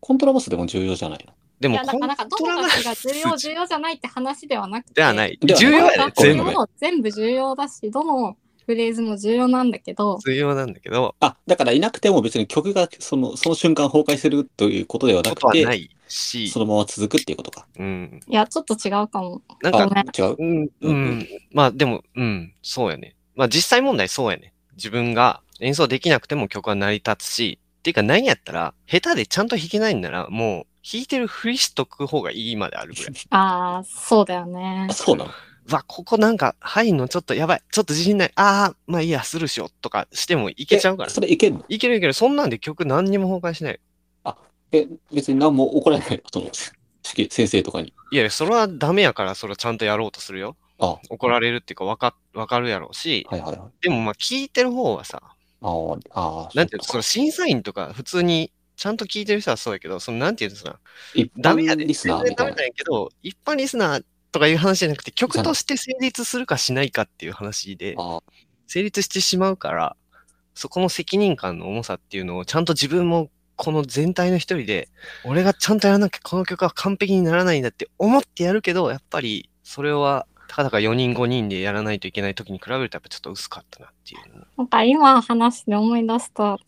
Speaker 2: コントラバスでも重要じゃないの
Speaker 1: で
Speaker 3: い
Speaker 1: も
Speaker 3: や、だ
Speaker 1: コ
Speaker 3: から
Speaker 1: ン
Speaker 3: なんか、ど
Speaker 1: トラ
Speaker 3: の
Speaker 1: バ
Speaker 3: 楽器
Speaker 1: ス
Speaker 3: が重要、重要じゃないって話ではなくて。
Speaker 1: ではない。
Speaker 2: ではない
Speaker 1: 重要やね
Speaker 3: 楽、
Speaker 2: ごめん
Speaker 1: 全
Speaker 2: ご
Speaker 1: 部
Speaker 2: めん。
Speaker 3: 器も全部重要だし、どのフレーズも重要なんだけど、
Speaker 1: 重要なんだけど、
Speaker 2: あ、だからいなくても別に曲がその、その瞬間崩壊するということではな
Speaker 1: こ
Speaker 2: く
Speaker 1: とは
Speaker 2: て、
Speaker 1: ないし
Speaker 2: そ、のまま続くっていうことか。
Speaker 1: うん。
Speaker 3: いや、ちょっと違うかも。
Speaker 1: なん
Speaker 2: あ
Speaker 1: か、、
Speaker 2: 違う。
Speaker 1: うん、
Speaker 2: う
Speaker 1: うんん。まあでも、うん、そうやね。まあ実際問題そうやね。自分が演奏できなくても曲は成り立つし、っていうか何やったら、下手でちゃんと弾けないんなら、もう弾いてるふりしとく方がいいまであるぐら い。
Speaker 3: ああ、そうだよね
Speaker 2: あ。そうなの
Speaker 1: うわ、ここなんか入んのちょっとやばい。ちょっと自信ない。ああ、まあいいや、スルーしようとかしてもいけちゃうから
Speaker 2: え。それいけんの
Speaker 1: いけるいける。そんなんで曲何にも崩壊しない。
Speaker 2: え、別に何も怒られないのその、指揮先生とかに。
Speaker 1: いやいや、それはダメやから、それはちゃんとやろうとするよ。
Speaker 2: あ、
Speaker 1: 怒られるっていうか、わか、わかるやろうし、
Speaker 2: はいはいはい。
Speaker 1: でもまあ聞いてる方はさ、
Speaker 2: ああ、ああ、
Speaker 1: なんていうの、そ
Speaker 2: そ
Speaker 1: の審査員とか、普通に、ちゃんと聞いてる人はそうやけど、その、なんていうんですか、
Speaker 2: う一般
Speaker 1: ダメやで。
Speaker 2: リスナー
Speaker 1: 全
Speaker 2: み
Speaker 1: 然ダ
Speaker 2: た
Speaker 1: メ
Speaker 2: い
Speaker 1: な。
Speaker 2: なん
Speaker 1: やけど、一般リスナーとかいう話じゃなくて、曲として成立するかしないかっていう話で、
Speaker 2: ああ、
Speaker 1: 成立してしまうから、そこの責任感の重さっていうのを、ちゃんと自分もこの全体の一人で、俺がちゃんとやらなきゃこの曲は完璧にならないんだって思ってやるけど、やっぱりそれは、たかだか4人5人でやらないといけない時に比べるとやっぱちょっと薄かったなっていうのも。
Speaker 3: なんか今話で思い出した、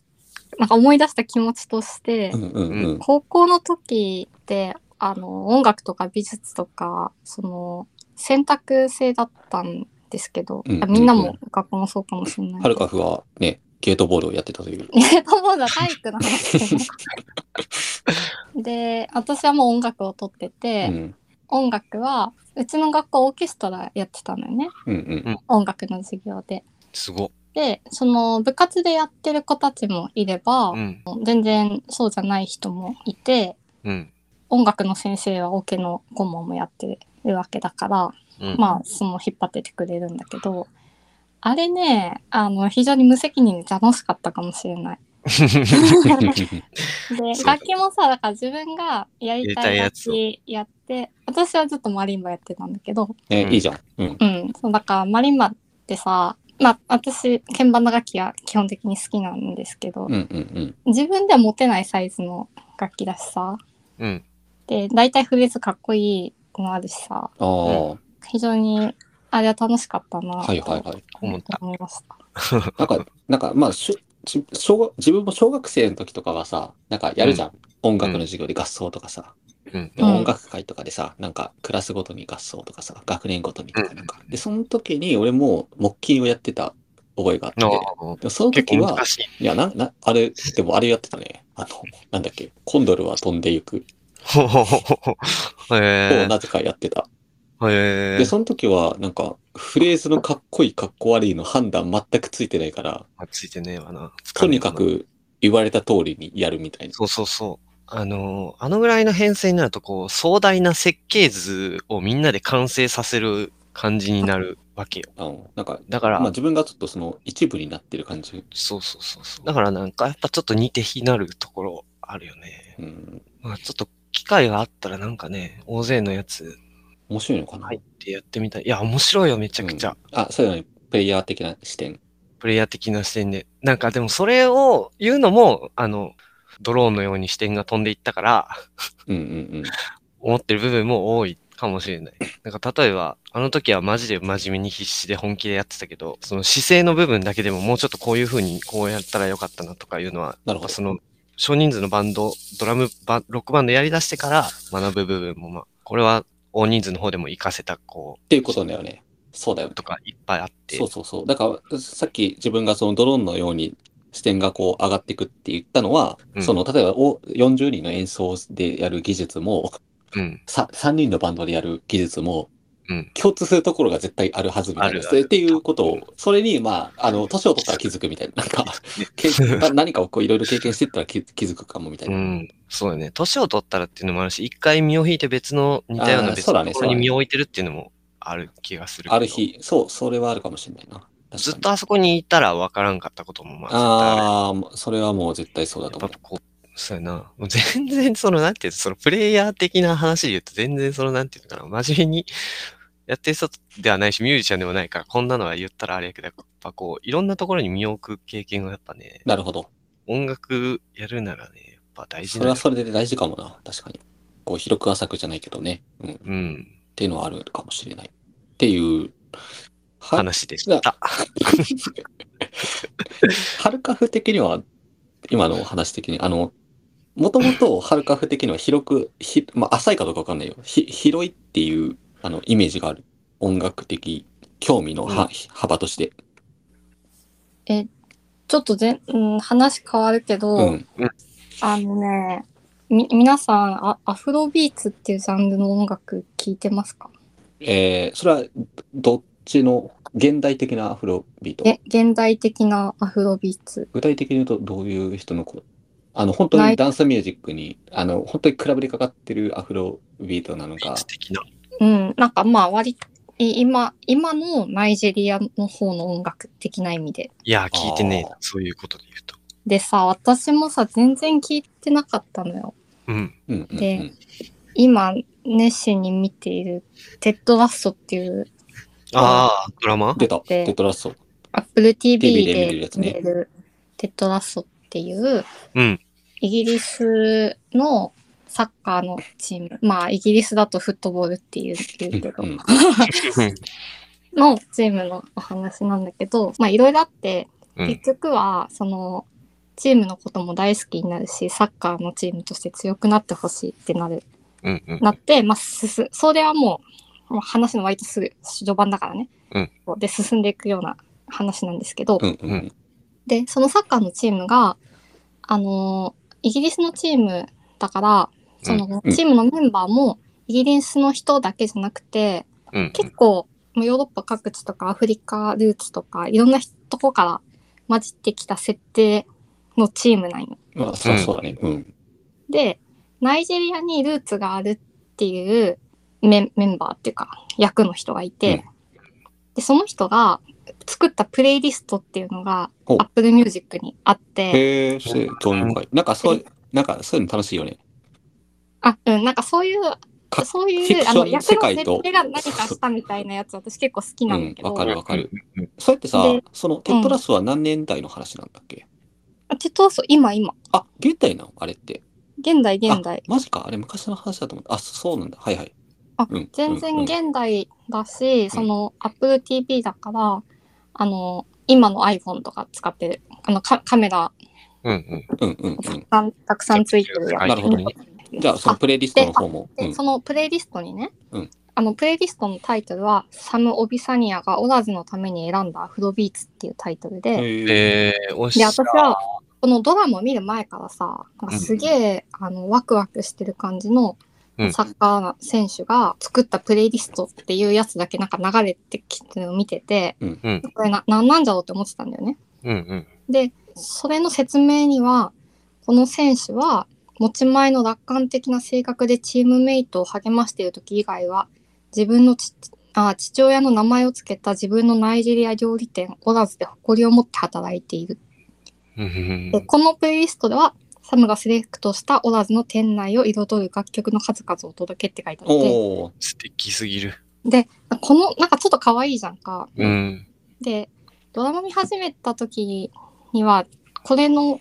Speaker 3: なんか思い出した気持ちとして、
Speaker 2: うんうんうん。
Speaker 3: 高校の時ってあの音楽とか美術とかその選択制だったんですけど、
Speaker 2: うん
Speaker 3: あみんな
Speaker 2: うん
Speaker 3: も学校もそうかもしれな
Speaker 2: は
Speaker 3: いけ
Speaker 2: る
Speaker 3: ど。
Speaker 2: かふはね、ゲートボールをやってたと いう。
Speaker 3: えっと、まだ体育の話でねで、私はもう音楽を取って
Speaker 2: う
Speaker 3: て、
Speaker 2: ん。
Speaker 3: 音楽は、うちの学校オーケストラやってたのよね。
Speaker 2: うん うん。
Speaker 3: 音楽の授業で。
Speaker 1: すごっ。
Speaker 3: で、その部活でやってる子たちもいれば、
Speaker 1: うん。
Speaker 3: 全然そうじゃない人もいて、
Speaker 1: うん。
Speaker 3: 音楽の先生はオケの顧問もやってるわけだから、
Speaker 1: うん。
Speaker 3: まあ、その引っ張っててくれるんだけど、あれね、あの、非常に無責任で楽しかったかもしれない。
Speaker 1: そ
Speaker 3: で
Speaker 1: う
Speaker 3: 楽器もさだから自分がやりたい
Speaker 1: やりたいや
Speaker 3: 楽
Speaker 1: つを
Speaker 3: 器やって私はずっとマリンバやってたんだけど、
Speaker 2: え、
Speaker 1: うん
Speaker 2: いいじゃん。うん。
Speaker 3: うん、そうだからマリンバってさまあ私鍵盤の楽器は基本的に好きなんですけど、
Speaker 2: うんうんうん。
Speaker 3: 自分では持てないサイズの楽器だしさ
Speaker 1: うん。
Speaker 3: で大体フレーズかっこいいのあるしさ
Speaker 2: ああ、
Speaker 3: 非常にあれは楽しかったな
Speaker 2: はいはいはい。
Speaker 1: 思った
Speaker 3: 思いました。
Speaker 2: なんか、なんか、まあ、しゅし小学自分も小学生の時とかはさ、なんかやるじゃん。音楽の授業で合奏とかさ。
Speaker 1: うん
Speaker 2: で音楽会とかでさ、なんかクラスごとに合奏とかさ、学年ごとにとかなんか。で、その時に俺も木琴をやってた覚えがあって。
Speaker 1: あ
Speaker 2: で
Speaker 1: ー
Speaker 2: もその
Speaker 1: 結
Speaker 2: 時
Speaker 1: 構
Speaker 2: は
Speaker 1: 難、しい。
Speaker 2: いや、な、な、あれ、でもあれやってたね。あの、なんだっけ、コンドルは飛んでいく
Speaker 1: ほほほほほ。
Speaker 2: を
Speaker 1: へ
Speaker 2: なぜかやってた。
Speaker 1: え。へ
Speaker 2: で、
Speaker 1: え。
Speaker 2: その時は、なんか、フレーズのかっこいい、かっこ悪いの判断全くついてないから、
Speaker 1: あついてねえわな。
Speaker 2: とにか。く言われた通りにやるみたいな。
Speaker 1: そうそうそう。あのー、あのぐらいの編成になると、こう、壮大な設計図をみんなで完成させる感じになるわけよ。
Speaker 2: あの、なんか、
Speaker 1: だから、
Speaker 2: まあ自分がちょっとその一部になってる感じ。
Speaker 1: そうそうそうそう。だからなんか、やっぱちょっと似て非なるところあるよね。
Speaker 2: うん、
Speaker 1: まあ、ちょっと機会があったらなんかね、大勢のやつ
Speaker 2: 面白いのかな。
Speaker 1: 入ってやってみたい。いや、面白いよ、めちゃくちゃ。
Speaker 2: うんあ、そうだね。プレイヤー的な視点。
Speaker 1: プレイヤー的な視点で。なんかでもそれを言うのも、あの、ドローンのように視点が飛んでいったから、
Speaker 2: うんうんうん。
Speaker 1: 思ってる部分も多いかもしれない。なんか例えば、あの時はマジで真面目に必死で本気でやってたけど、その姿勢の部分だけでももうちょっとこういう風にこうやったらよかったなとかいうのは、
Speaker 2: なる
Speaker 1: やっぱ
Speaker 2: ほど。
Speaker 1: その少人数のバンド、ドラムバン、ロックバンドやり出してから学ぶ部分も、まあ、これは大人数の方でも活かせた、こ
Speaker 2: っていうことだよね。そうだよね
Speaker 1: う、。とかいっぱいあって。
Speaker 2: そうそうそう。だから、さっき自分がそのドローンのように視点がこう上がっていくって言ったのは、
Speaker 1: うん
Speaker 2: その、例えばお40人の演奏でやる技術も、
Speaker 1: うん。
Speaker 2: さ3人のバンドでやる技術も、
Speaker 1: うん
Speaker 2: 共通するところが絶対あるはずみた
Speaker 1: あ
Speaker 2: いな。
Speaker 1: るある
Speaker 2: それっていうことを、それに、まあ、あの、年を取ったら気づくみたいな。なん か、けな何かをこういろいろ経験してったら気気づくかもみたいうな。
Speaker 1: ん。そうだね。年を取ったらっていうのもあるし、一回身を引いて別の似たような
Speaker 2: あー
Speaker 1: 別
Speaker 2: そうだ
Speaker 1: の
Speaker 2: ね
Speaker 1: ところに身を置いてるっていうのもある気がするけど。
Speaker 2: ある日、そう、それはあるかもしれないな。
Speaker 1: ずっとあそこにいたら分からんかったこともまあ絶対ある
Speaker 2: ああー、それはもう絶対そうだと
Speaker 1: や
Speaker 2: 思
Speaker 1: っぱこう、そうやな。もう全然その、なんていうのそのプレイヤー的な話で言うと全然その、なんていうのかな、真面目にやってる人ではないし、ミュージシャンでもないから、こんなのは言ったらあれやけど、やっぱこう、いろんなところに身を置く経験がやっぱね
Speaker 2: う。、なるほど。
Speaker 1: 音楽やるならね、やっぱ大事
Speaker 2: それ
Speaker 1: な
Speaker 2: はそれで大事かもな。確かに。こう、広く浅くじゃないけどね。うん。っ
Speaker 1: うん、
Speaker 2: ていうのはあるかもしれない。っていう。は、
Speaker 1: 話でした。
Speaker 2: ハルカフ的には、今のお話的に、あの、もともとハルカフ的には広く、ひまあ、浅いかどうかわかんないよ。ひ広いっていう、あの、イメージがある。音楽的興味のは、幅として。
Speaker 3: ちょっとぜ、うん、話変わるけど、
Speaker 2: うん。
Speaker 3: あのね、み、皆さん、あ、アフロビーツっていうジャンルの音楽聞いてますか
Speaker 2: えー、それは、どっちの、現代的なアフロビート
Speaker 3: え、現代的なアフロビーツ。
Speaker 2: 具体的に言うとどういう人の子あの、本当にダンスミュージックに、あの、本当にクラブでかかってるアフロビートなのか。
Speaker 1: 素敵な。
Speaker 3: うん、なんかまあ割と、い今、今のナイジェリアの方の音楽的な意味で。
Speaker 1: いや、聞いてね
Speaker 2: あー、
Speaker 1: そういうことで言うと。
Speaker 3: でさ、私もさ、全然聞いてなかったのよ。
Speaker 1: うん。
Speaker 2: うんうんう
Speaker 3: で
Speaker 2: ん。
Speaker 3: 今、熱心に見ている、テッドラッソっていう、
Speaker 1: ああ、ドラマ
Speaker 2: 出た。
Speaker 3: で
Speaker 2: テトラスト。
Speaker 3: Apple TV
Speaker 2: TV で見れる
Speaker 3: で
Speaker 2: やつね
Speaker 3: 見れる、テッドラッソっていう、
Speaker 1: うん。
Speaker 3: イギリスのサッカーのチーム、まあ、イギリスだとフットボールっていうっていうけど、
Speaker 2: うん
Speaker 3: のチームのお話なんだけど、まあ、いろいろあって、
Speaker 1: うん
Speaker 3: 結局は、その、チームのことも大好きになるし、サッカーのチームとして強くなってほしいってなる
Speaker 1: うんうん。
Speaker 3: なって、まあ、すすそれはもうもう話の割とすぐ序盤だからね、
Speaker 1: うん
Speaker 3: こうで進んでいくような話なんですけど、
Speaker 2: うんうん
Speaker 3: でそのサッカーのチームが、あのーイギリスのチームだからその
Speaker 2: うん
Speaker 3: チームのメンバーもイギリスの人だけじゃなくて、
Speaker 1: うん
Speaker 3: 結構もうヨーロッパ各地とかアフリカルーツとかいろんなとこから混じってきた設定のチームなんよ。
Speaker 2: まあ、そうそうだね。うん。
Speaker 3: で、ナイジェリアにルーツがあるっていうメンメンバーっていうか、役の人がいて、
Speaker 2: うん
Speaker 3: で、その人が作ったプレイリストっていうのが
Speaker 2: ほう
Speaker 3: Apple Music にあって、
Speaker 2: へえ、して、興味深い。なんかそう、なんかそういうの楽しいよね。
Speaker 3: あ、うん、なんかそういう
Speaker 2: か、
Speaker 3: そう
Speaker 2: フィ
Speaker 3: いう、
Speaker 2: クシ
Speaker 3: あ
Speaker 2: ョン
Speaker 3: の、役
Speaker 2: 世
Speaker 3: の
Speaker 2: 界
Speaker 3: 設
Speaker 2: と
Speaker 3: 定が何かしたみたいなやつ、私結構好き
Speaker 2: う
Speaker 3: なんだ
Speaker 2: ん
Speaker 3: け、ど、
Speaker 2: わかるわかる。
Speaker 1: うん
Speaker 2: そうやってさ
Speaker 3: で、
Speaker 2: そのテトラスは何年代の話なんだっけ
Speaker 3: テトーソ、今今、
Speaker 2: あ、現代なのあれって。
Speaker 3: 現代現代、
Speaker 2: マジかあれ昔の話だと思った。あ、そうなんだ。はいはい。
Speaker 3: あ
Speaker 2: うん
Speaker 3: 全然現代だし、その Apple TV だから、あの、今の iPhone とか使ってる、あのカカメラ
Speaker 1: うん
Speaker 2: うんうんうんうん。
Speaker 3: たくさんたくさんついてるやつ。
Speaker 2: なるほどね。じゃあ、そのプレイリストの方も。
Speaker 3: で
Speaker 2: うん
Speaker 3: そのプレイリストにね、
Speaker 2: うん
Speaker 3: あのプレイリストのタイトルは「サム・オビサニアがオラズのために選んだアフロビーツ」っていうタイトルで、
Speaker 1: う
Speaker 2: へ
Speaker 1: ん。
Speaker 2: え
Speaker 1: で、おし
Speaker 3: で私はこのドラマを見る前からさなんかすげえ、あのワクワクしてる感じの
Speaker 1: うん
Speaker 3: サッカー選手が作ったプレイリストっていうやつだけなんか流れてきてるのを見てて、
Speaker 2: うん
Speaker 1: うん
Speaker 3: これな何なんだろうって思ってたんだよね。
Speaker 1: うんうん。
Speaker 3: で、それの説明には、この選手は持ち前の楽観的な性格でチームメイトを励ましている時以外は、自分のちあ父親の名前を付けた自分のナイジェリア料理店オラズで誇りを持って働いている。
Speaker 1: うんうんう
Speaker 3: で
Speaker 1: ん
Speaker 3: このプレイリストでは、サムがセレクトしたオラズの店内を彩る楽曲の数々をお届けって書いてあって、
Speaker 2: おー。
Speaker 1: 素敵すぎる。
Speaker 3: この、なんかちょっと可愛いじゃんか。
Speaker 1: うん。
Speaker 3: でドラマ見始めた時にはこれの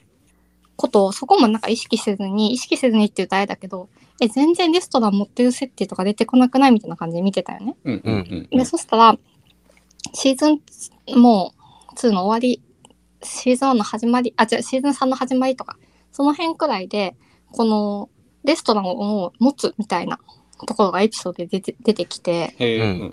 Speaker 3: ことをそこもなんか意識せずに意識せずにって言うとあれだけどえ全然レストラン持ってる設定とか出てこなくないみたいな感じで見てたよね。
Speaker 2: うんうんうんう
Speaker 3: で
Speaker 2: ん。
Speaker 3: そしたらシーズンもう2の終わりシーズン1の始まりあ違うシーズン3の始まりとかその辺くらいでこのレストランを持つみたいなところがエピソードで出て出てきて
Speaker 2: へえ。
Speaker 1: う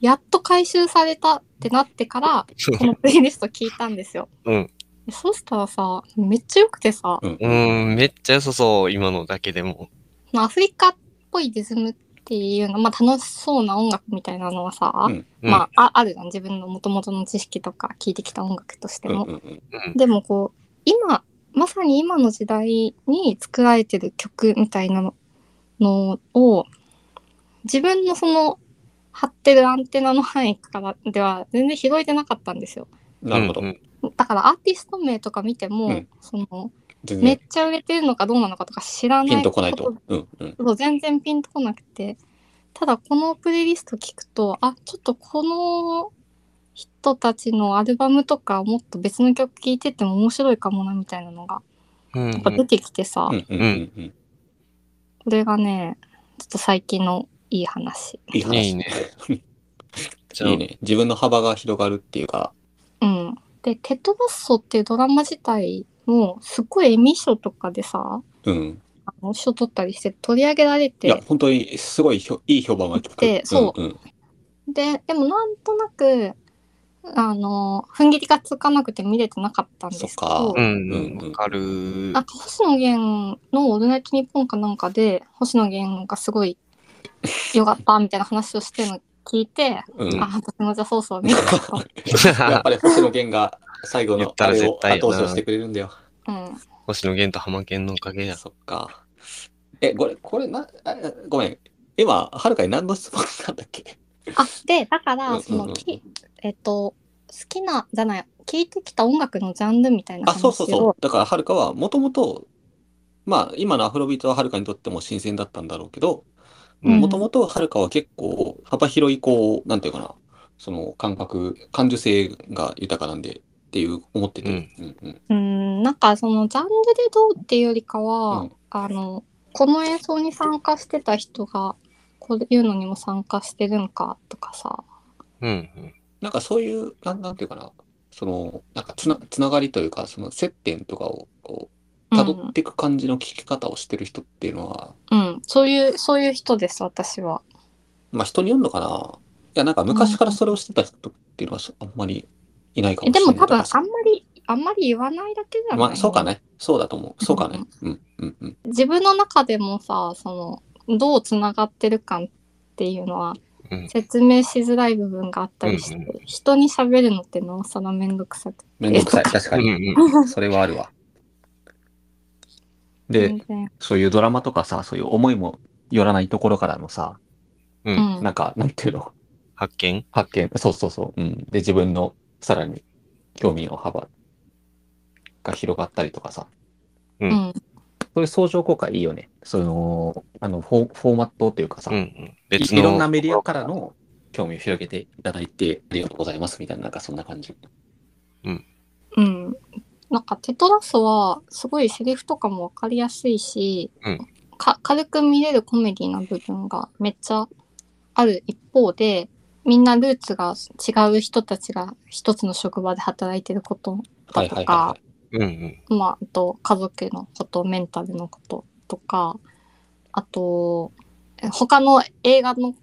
Speaker 3: やっと回収されたってなってからこのプレイリスト聞いたんですよ。
Speaker 1: うん
Speaker 3: でそうしたらさ、めっちゃ良くてさ、
Speaker 2: うん
Speaker 1: う
Speaker 2: う
Speaker 1: ん、
Speaker 2: ん。
Speaker 1: めっちゃ良さそう、今のだけでも。
Speaker 3: まあアフリカっぽいリズムっていうの、まあ楽しそうな音楽みたいなのはさ、
Speaker 2: うん
Speaker 1: うん
Speaker 3: まあああるじゃん、自分の元々の知識とか聞いてきた音楽として
Speaker 2: うん
Speaker 3: も。
Speaker 2: うんうん。
Speaker 3: でもこう、今、まさに今の時代に作られてる曲みたいなのを、自分のその、張ってるアンテナの範囲からでは全然拾えてなかったんですよ。
Speaker 2: なるほど
Speaker 1: う。ん
Speaker 3: だからアーティスト名とか見ても、
Speaker 2: うん
Speaker 3: その
Speaker 2: 全
Speaker 3: めっ
Speaker 2: 然
Speaker 3: ちゃ売れてるのかどうなのかとか知らない
Speaker 2: ピンとこないと
Speaker 3: こ。
Speaker 2: うんうん。
Speaker 3: とそう全然ピンとこなくてただこのプレイリスト聞くとあちょっとこの人たちのアルバムとかもっと別の曲聴いてても面白いかもなみたいなのが
Speaker 1: うん
Speaker 3: やっぱ出てきてさ、
Speaker 2: うんうんうんうん。
Speaker 3: これがねちょっと最近のいい話
Speaker 2: いい
Speaker 1: うん
Speaker 2: 話。
Speaker 1: いいね。じゃあ
Speaker 2: いいね。自分の幅が広がるっていうか。
Speaker 3: うんで「テトロッソ」っていうドラマ自体もすごいエミ賞とかでさ
Speaker 2: うん。
Speaker 3: あの賞取ったりして取り上げられ
Speaker 2: いや、
Speaker 3: て
Speaker 2: 本当にすごいひょいい評判が聞く。
Speaker 3: でそう
Speaker 2: うんうん。
Speaker 3: で、でもなんとなく、あの、踏ん切りがつかなくて見れてなかったんですけ
Speaker 2: そ
Speaker 3: ど
Speaker 2: っ、
Speaker 1: う
Speaker 2: か
Speaker 1: ん、わかる
Speaker 3: なん。か星野源のオールナイトニッポンかなんかで、星野源がすごい良かったみたいな話をしてるの聞いて、
Speaker 2: うん。
Speaker 3: あ、私もじゃあそうそう見てた と。
Speaker 2: やっぱり星野源が最後
Speaker 1: 言
Speaker 2: の
Speaker 1: った
Speaker 2: あ
Speaker 1: ら
Speaker 2: れを
Speaker 1: 絶対やな
Speaker 2: 後押しをしてくれるんだよ。
Speaker 3: うん。
Speaker 1: 星野源と浜県のおかげや。
Speaker 2: そっか。え、これ、これな、あごめん。今、はるかに何の質問したんだっけ
Speaker 3: あ、で、だか
Speaker 2: う
Speaker 3: ら、
Speaker 2: ん
Speaker 3: そ
Speaker 2: う
Speaker 3: の、
Speaker 2: ん
Speaker 3: きえっと、好きな、じゃない、聞いてきた音楽のジャンルみたいな
Speaker 2: あ、
Speaker 3: 話
Speaker 2: そ
Speaker 3: を
Speaker 2: うそうそう。だから、はるかは、もともと、まあ、今のアフロビートははるかにとっても新鮮だったんだろうけど、
Speaker 3: うん
Speaker 2: もともとはるかは結構、幅広い、こう、なんていうかな、その感覚、感受性が豊かなんで、っていう、思ってて。
Speaker 1: うん
Speaker 2: うんうん
Speaker 3: うーん、うん、なんかそのジャンルでどうっていうよりかは、
Speaker 2: うん
Speaker 3: あのこの演奏に参加してた人がこういうのにも参加してるのかとかさ、
Speaker 1: うん、うん。
Speaker 2: なんかそういう、なんなんていうかな、その、なんかつな、つながりというか、その接点とかをこう、辿っていく感じの聞き方をしてる人っていうのは、
Speaker 3: うん、うん、そういうそういう人です私は。
Speaker 2: まあ人によるのかな。いや、なんか昔からそれをしてた人っていうのはそあんまりいないか
Speaker 3: え
Speaker 2: もし
Speaker 3: で
Speaker 2: れない。
Speaker 3: も多分
Speaker 2: だか
Speaker 3: あんまりあんまり言わないだけじ
Speaker 2: ら
Speaker 3: ゃない、
Speaker 2: まあそうかね。そうだと思う。そうかね。うん、うん、うん。
Speaker 3: 自分の中でもさそのどうつながってる感っていうのは
Speaker 1: うん
Speaker 3: 説明しづらい部分があったりして、
Speaker 1: うんう
Speaker 3: 人に喋るのってなおさらめんどくさくて
Speaker 2: めんどくさい。確か
Speaker 1: うん
Speaker 2: に。
Speaker 1: うん、
Speaker 2: それはあるわ。で
Speaker 3: 全、然、
Speaker 2: そういうドラマとかさ、そういう思いもよらないところからのさ、
Speaker 1: う。
Speaker 3: うんん
Speaker 2: なんか、なんていうの、
Speaker 1: 発見
Speaker 2: 発見、そうそうそう、うん。で、自分のさらに興味の幅が広がったりとかさ、
Speaker 3: うん
Speaker 2: そういう相乗効果いいよね。その、あのフォ、フォーマットっていうかさ、
Speaker 1: うん、う
Speaker 2: い
Speaker 1: ん。別の。
Speaker 2: いろんなメディアからの興味を広げていただいてありがとうございますみたいな、なんかそんな感じ。
Speaker 3: うん、なんかテトラスはすごいセリフとかも分かりやすいし、
Speaker 1: うん
Speaker 3: か軽く見れるコメディな部分がめっちゃある一方でみんなルーツが違う人たちが一つの職場で働いてること
Speaker 2: はいはいは
Speaker 1: うん、うん。
Speaker 3: まあ、あと家族のことメンタルのこととかあとえ他の映画の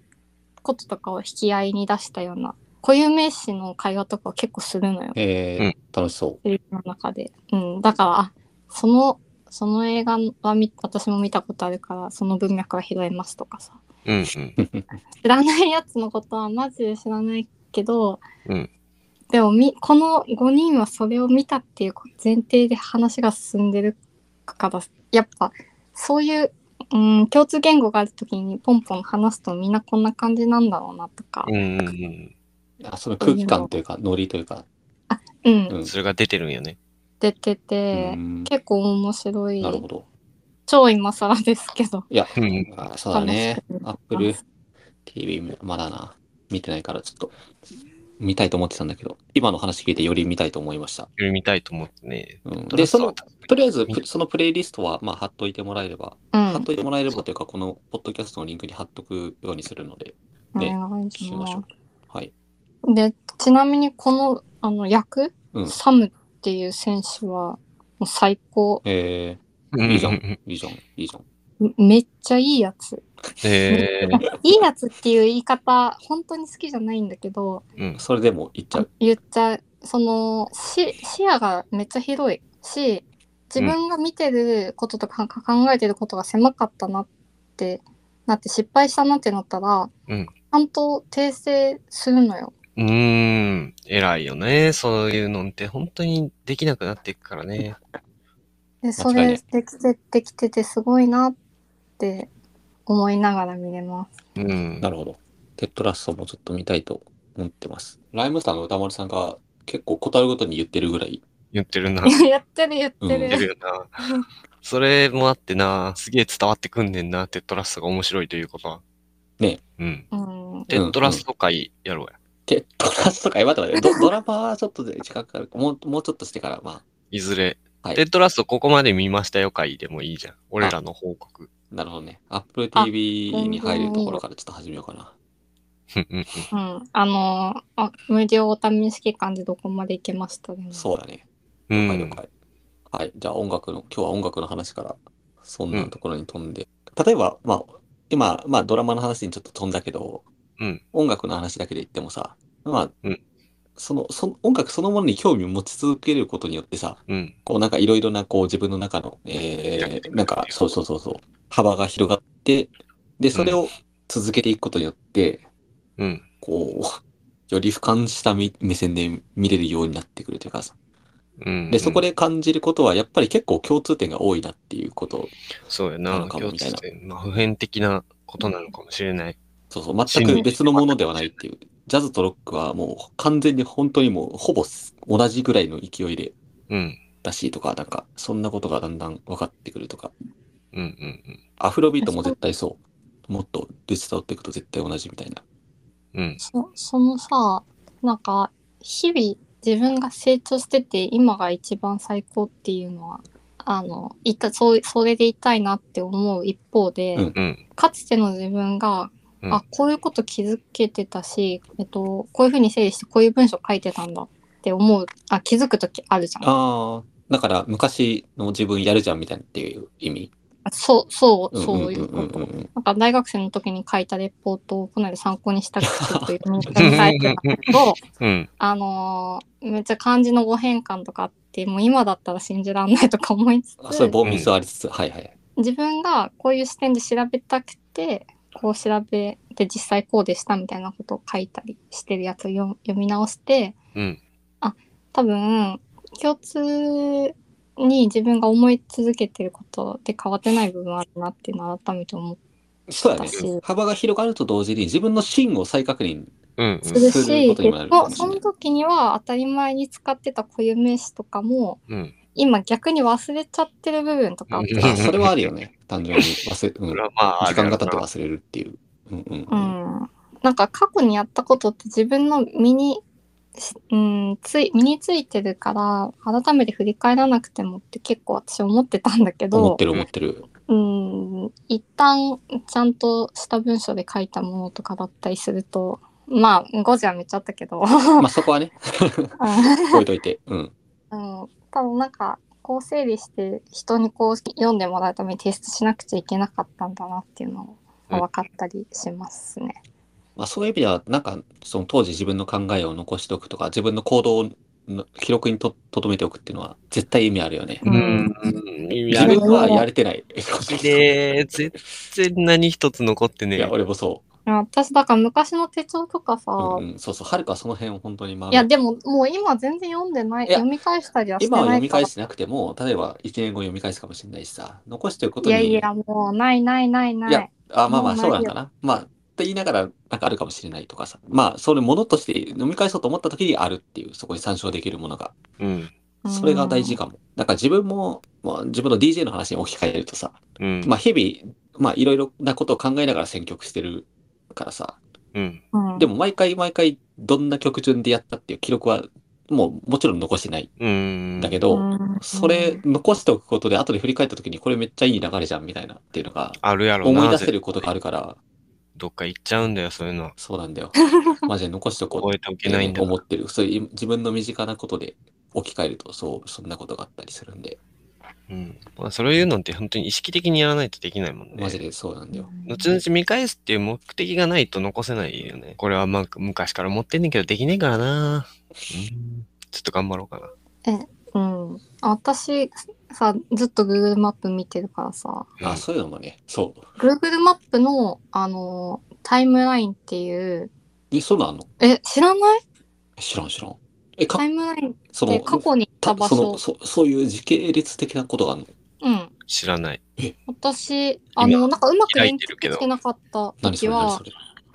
Speaker 3: こととかを引き合いに出したような固有名詞の会話とかを結構するの
Speaker 2: い
Speaker 3: よ
Speaker 2: はい。えー楽しそ
Speaker 3: セリフの中で。うん、だからあそのその映画はみ私も見たことあるからその文脈は拾えますとかさ
Speaker 1: うん、うん。
Speaker 2: う。
Speaker 3: 知らないやつのことはマジで知らないけど、
Speaker 1: うん
Speaker 3: でもみこの5人はそれを見たっていう前提で話が進んでるからやっぱそういう、うん、共通言語がある時にポンポン話すとみんなこんな感じなんだろうなとか、
Speaker 1: うん、うん。
Speaker 2: あその空気感というか、ノリというか、
Speaker 3: うん
Speaker 2: うん
Speaker 1: それが出てるんよね。
Speaker 3: 出て
Speaker 2: う
Speaker 3: て、
Speaker 2: ん
Speaker 3: 結構面白い
Speaker 2: なるほど。
Speaker 3: 超今更ですけど。
Speaker 2: いや、
Speaker 1: うん
Speaker 2: あそうだね
Speaker 3: 楽しみ
Speaker 2: ア
Speaker 3: にして。ま
Speaker 2: ッ
Speaker 3: す
Speaker 2: プル TV まだな。見てないからちょっと見たいと思ってたんだけど、今の話聞いてより見たいと思いました。
Speaker 1: 読みたいと思ってね。
Speaker 2: うん、
Speaker 1: トラ
Speaker 2: で、
Speaker 1: ス
Speaker 2: そ
Speaker 1: は
Speaker 2: の、とりあえず、プそのプレイリストは、まあ、貼っといてもらえれば、
Speaker 3: う
Speaker 2: 貼っ
Speaker 3: ん
Speaker 2: といてもらえればというか、このポッドキャストのリンクに貼っとくようにするので、ね
Speaker 3: お願い
Speaker 2: 聞き
Speaker 3: し
Speaker 2: ま
Speaker 3: ま
Speaker 2: し
Speaker 3: す
Speaker 2: ょう。はい。
Speaker 3: でちなみにこのあの役、
Speaker 2: うん
Speaker 3: サムっていう選手はもう最高
Speaker 2: え
Speaker 1: う
Speaker 2: いいじゃん
Speaker 1: ん。
Speaker 2: ー、いいじゃん、いいじゃん。
Speaker 3: めめっちゃいいやつ
Speaker 1: えー
Speaker 3: いいやつっていう言い方本当に好きじゃないんだけど
Speaker 1: うん。
Speaker 2: それでもいっちゃう。
Speaker 3: 言っちゃうそのし視野がめっちゃ広いし自分が見てることとかか考えてることが狭かったなってなって失敗したなってなったら、
Speaker 1: うん
Speaker 3: ちゃんと訂正するのよ。
Speaker 1: うーん。偉いよね。そういうのって本当にできなくなっていくからね。
Speaker 3: で
Speaker 2: 間
Speaker 3: そ
Speaker 2: 違いな
Speaker 3: れ
Speaker 2: い
Speaker 3: できてできててすごいなって思いながら見れます。
Speaker 1: うん。
Speaker 2: なるほど。テッドラッソもちょっと見たいと思ってます。ライムスターの歌丸さんが結構ことあるごとに言ってるぐらい、
Speaker 1: 言ってるな。
Speaker 3: やってるやって
Speaker 2: うん
Speaker 1: 言って
Speaker 3: る。
Speaker 1: るよ な。それもあってな、すげえ伝わってくんねんな、テッドラストが面白いということは。
Speaker 2: ね。
Speaker 1: うん。
Speaker 3: うん、
Speaker 1: テッドラスト会やろうや。
Speaker 2: テッドラスとか、え待って待って、 ドドラマはちょっとで時間かかるもう、もうちょっとしてから、ま
Speaker 1: いずれ。
Speaker 2: はい
Speaker 1: テッドラストここまで見ましたよ会でもいいじゃん。俺らの報告。
Speaker 2: あ、なるほどね。Apple TV
Speaker 3: あ
Speaker 2: に入るところからちょっと始めようかな。
Speaker 1: うんうんうん
Speaker 3: うん、あのーあ無料お試し期間でどこまで行けましたね。
Speaker 2: そうだね。
Speaker 1: う
Speaker 2: はい、了
Speaker 1: ん。
Speaker 2: 解。はい、じゃあ音楽の、今日は音楽の話から、そんなところに飛んで。例えば、まあ、今、まあドラマの話にちょっと飛んだけど、
Speaker 1: うん
Speaker 2: 音楽の話だけで言ってもさ、まあ、
Speaker 1: うん
Speaker 2: その、その音楽そのものに興味を持ち続けることによってさ、
Speaker 1: うん。
Speaker 2: こうなんかいろいろなこう自分の中の、えー、なんかそうそうそうそう、幅が広がって、で、それを続けていくことによって、
Speaker 1: うん。
Speaker 2: こう、より俯瞰したみ目線で見れるようになってくるというかさ、
Speaker 1: うん。
Speaker 2: で、そこで感じることはやっぱり結構共通点が多いなっていうこと、
Speaker 1: そうや
Speaker 2: な
Speaker 1: な
Speaker 2: の、かも
Speaker 1: 共
Speaker 2: みたい
Speaker 1: 通
Speaker 2: な
Speaker 1: 点。まあ、普遍的なことなのかもしれない。
Speaker 2: そうそう、全く別のものではないっていう。ジャズとロックはもう完全に本当にもうほぼ同じぐらいの勢いで
Speaker 1: うん。
Speaker 2: らしいとか、なんかそんなことがだんだん分かってくるとか、
Speaker 1: うんうん
Speaker 2: アフロビートも絶対そう。もっとデジタルっていくと絶対同じみたいな。
Speaker 1: うん。うん。
Speaker 3: そそのさなんか日々自分が成長してて今が一番最高っていうのはあのいたそうそれでいたいなって思う一方で、
Speaker 2: うん
Speaker 1: うん
Speaker 3: かつての自分が、
Speaker 1: うん
Speaker 3: あこういうこと気づけてたし、えっと、こういうふうに整理してこういう文章書いてたんだって思うあ気づく時あるじゃん。
Speaker 2: ああ、だから昔の自分やるじゃんみたいなっていう意味。
Speaker 3: あそうそう
Speaker 2: うん
Speaker 3: そういうこと。
Speaker 2: んうんうん
Speaker 3: なんか大学生の時に書いたレポートをかなり参考にしたくてちょっと読み返してた けど
Speaker 1: うん。
Speaker 3: あのーめっちゃ漢字の語変換とかあってもう今だったら信じらんないとか思いつつ
Speaker 2: あそういう棒ミスありつつ、はいはい。
Speaker 3: 自分がこういう視点で調べたくてこう調べて実際こうでしたみたいなことを書いたりしてるやつを読読み直して
Speaker 1: うん。
Speaker 3: 多分共通に自分が思い続けてることで変わってない部分あるなっていうのを改めて思っ
Speaker 2: そうやね
Speaker 3: 私。
Speaker 2: 幅が広がると同時に自分の芯を再確認。
Speaker 1: うん。
Speaker 3: する
Speaker 2: す
Speaker 3: し
Speaker 2: ることにもなるか
Speaker 3: も
Speaker 2: も
Speaker 3: う
Speaker 2: しれ
Speaker 3: そ
Speaker 2: ない
Speaker 3: の時には当たり前に使ってた固有名詞とかも
Speaker 1: うん。
Speaker 3: 今逆に忘れちゃってる部分とかあって
Speaker 1: うん
Speaker 2: あそれはあるよね。単純に忘れ、うん
Speaker 1: それはまあ、
Speaker 2: 時間が経って忘れるっていう。うんうん
Speaker 3: う
Speaker 2: うん。
Speaker 3: んなんか過去にやったことって自分の身に、しうん、つい身についてるから改めて振り返らなくてもって結構私思ってたんだけ
Speaker 2: 思っ
Speaker 3: ど
Speaker 2: てる思ってる。
Speaker 3: うん一旦ちゃんとした文章で書いたものとかだったりするとまあ5時はめっちゃあった けど、
Speaker 2: まあそこはね、置いといて。うん。
Speaker 3: うん、多分なんかこう整理して人にこう読んでもらうために提出しなくちゃいけなかったんだなっていうのが分かったりしますね。
Speaker 2: まあそういう意味では、なんか、その当時自分の考えを残しておくとか、自分の行動の記録にととどめておくっていうのは絶対意味あるよね。
Speaker 3: う
Speaker 1: うんん。
Speaker 2: 自
Speaker 1: やる
Speaker 2: 分はやれてない。
Speaker 1: きで、絶対何一つ残って
Speaker 2: い
Speaker 1: ねえ
Speaker 2: や、。俺もそ
Speaker 3: いや私だから昔の手帳とかさ、
Speaker 2: う。うんうん、そうそう。はるかはその辺を本当にまあ
Speaker 3: いやでももう今全然読んでない
Speaker 2: いや
Speaker 3: 読み返したりはして
Speaker 2: 今は
Speaker 3: な
Speaker 2: 読
Speaker 3: い
Speaker 2: み
Speaker 3: か
Speaker 2: 返
Speaker 3: ら
Speaker 2: してなくても、例えば1年後読み返すかもしれないしさ、残しておくこと
Speaker 3: い
Speaker 2: に。
Speaker 3: やいやもうないないないない
Speaker 2: いや、あ、まあまあ、
Speaker 3: もうない
Speaker 2: そうなんかな。まあ、って言いながら、なんかあるかもしれないとかさ。まあ、それものとして飲み返そうと思った時にあるっていう、そこに参照できるものが。
Speaker 1: うん。
Speaker 3: うん
Speaker 2: それが大事かも。だから自分も、まあ、自分の DJ の話に置き換えるとさ、
Speaker 1: うん。
Speaker 2: まあ、日々、まあ、いろいろなことを考えながら選曲してるからさ。
Speaker 1: うん。
Speaker 3: うん
Speaker 2: でも、毎回毎回、どんな曲順でやったっていう記録は、もう、もちろん残してない
Speaker 1: うん。
Speaker 2: んだけ
Speaker 1: ど。
Speaker 2: ど、
Speaker 3: うん
Speaker 2: それ残しておくことで、後で振り返った時に、これめっちゃいい流れじゃん、みたいなっていうのが、
Speaker 1: あるやろな。
Speaker 2: 思い出せることがあるから、
Speaker 1: どっか行っちゃうんだよ、そういうのは。
Speaker 2: そうなんだよ。マジで残しておこう
Speaker 1: 覚えておけないんだ。
Speaker 2: 思ってる。そういう自分の身近なことで置き換えると、そう、そんなことがあったりするんで、
Speaker 1: うん。まあ、そういうのって本当に意識的にやらないとできないもんね。
Speaker 2: マジでそうなんだよ。
Speaker 1: 後々見返すっていう目的がないと残せないよね。これはまあ昔から持ってんねんけどできねえからな。うんちょっと頑張ろうかな。
Speaker 3: うん私さずっと Google マップ見てるからさ
Speaker 2: あ、そういうのもね、そう。
Speaker 3: Google マップのあのタイムラインっていう
Speaker 2: え、そうなんの
Speaker 3: え知らない
Speaker 2: 知らん知らん。え、か
Speaker 3: タイ、ムラインっ
Speaker 2: そ
Speaker 3: て
Speaker 2: の、
Speaker 3: 過去に行った
Speaker 2: た
Speaker 3: 場
Speaker 2: そ
Speaker 3: 所
Speaker 2: のそ、そういう時系列的なことがあるの
Speaker 3: うん
Speaker 1: 知らない。
Speaker 3: 私あのなんかうまく
Speaker 1: 開
Speaker 3: 連
Speaker 1: いてるけど
Speaker 3: 携してなかった
Speaker 2: 何そ
Speaker 3: 時
Speaker 2: れ何
Speaker 3: は
Speaker 2: それ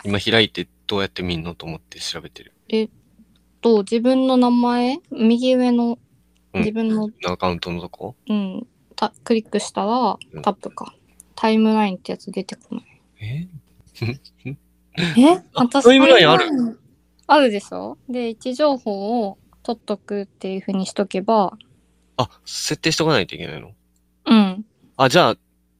Speaker 1: 今開いてどうやって見んのと思って調べてる。
Speaker 3: と自分の名前右上の
Speaker 1: うん
Speaker 3: 自分の、
Speaker 1: アカウントのとこ
Speaker 3: うんたクリックしたら
Speaker 1: うん
Speaker 3: タップか、タイムラインってやつ出てこない
Speaker 1: え
Speaker 3: え私
Speaker 1: タイムラインある
Speaker 3: タイムラインあるでしょで位置情報を取っとくっていうふうにしとけば
Speaker 1: あ、設定しとかないといけないの
Speaker 3: うん
Speaker 1: あ、じゃあ、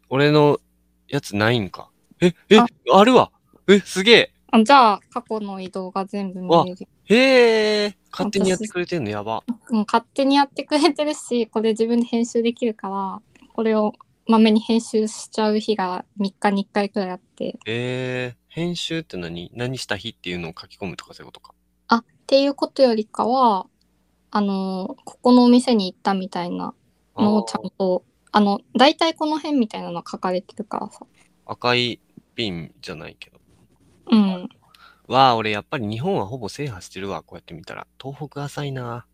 Speaker 1: 俺のやつないんか。え、え、
Speaker 3: あ
Speaker 1: あるわえ、すげ
Speaker 3: あじゃあ過去の移動が全部見れる、
Speaker 1: えへえ勝手にやってくれてんのやば。
Speaker 3: うん、勝手にやってくれてるしこれ自分で編集できるからこれをまめに編集しちゃう日が3日に1回くらいあって
Speaker 1: えー、編集って何何した日っていうのを書き込むとかそういうことか。
Speaker 3: あっていうことよりかはあのここのお店に行ったみたいなのをちゃんとあの大体この辺みたいなの書かれてるからさ
Speaker 1: 赤いピンじゃないけど。
Speaker 3: うん
Speaker 1: わあ、俺やっぱり日本はほぼ制覇してるわ、こうやって見たら。東北浅いな。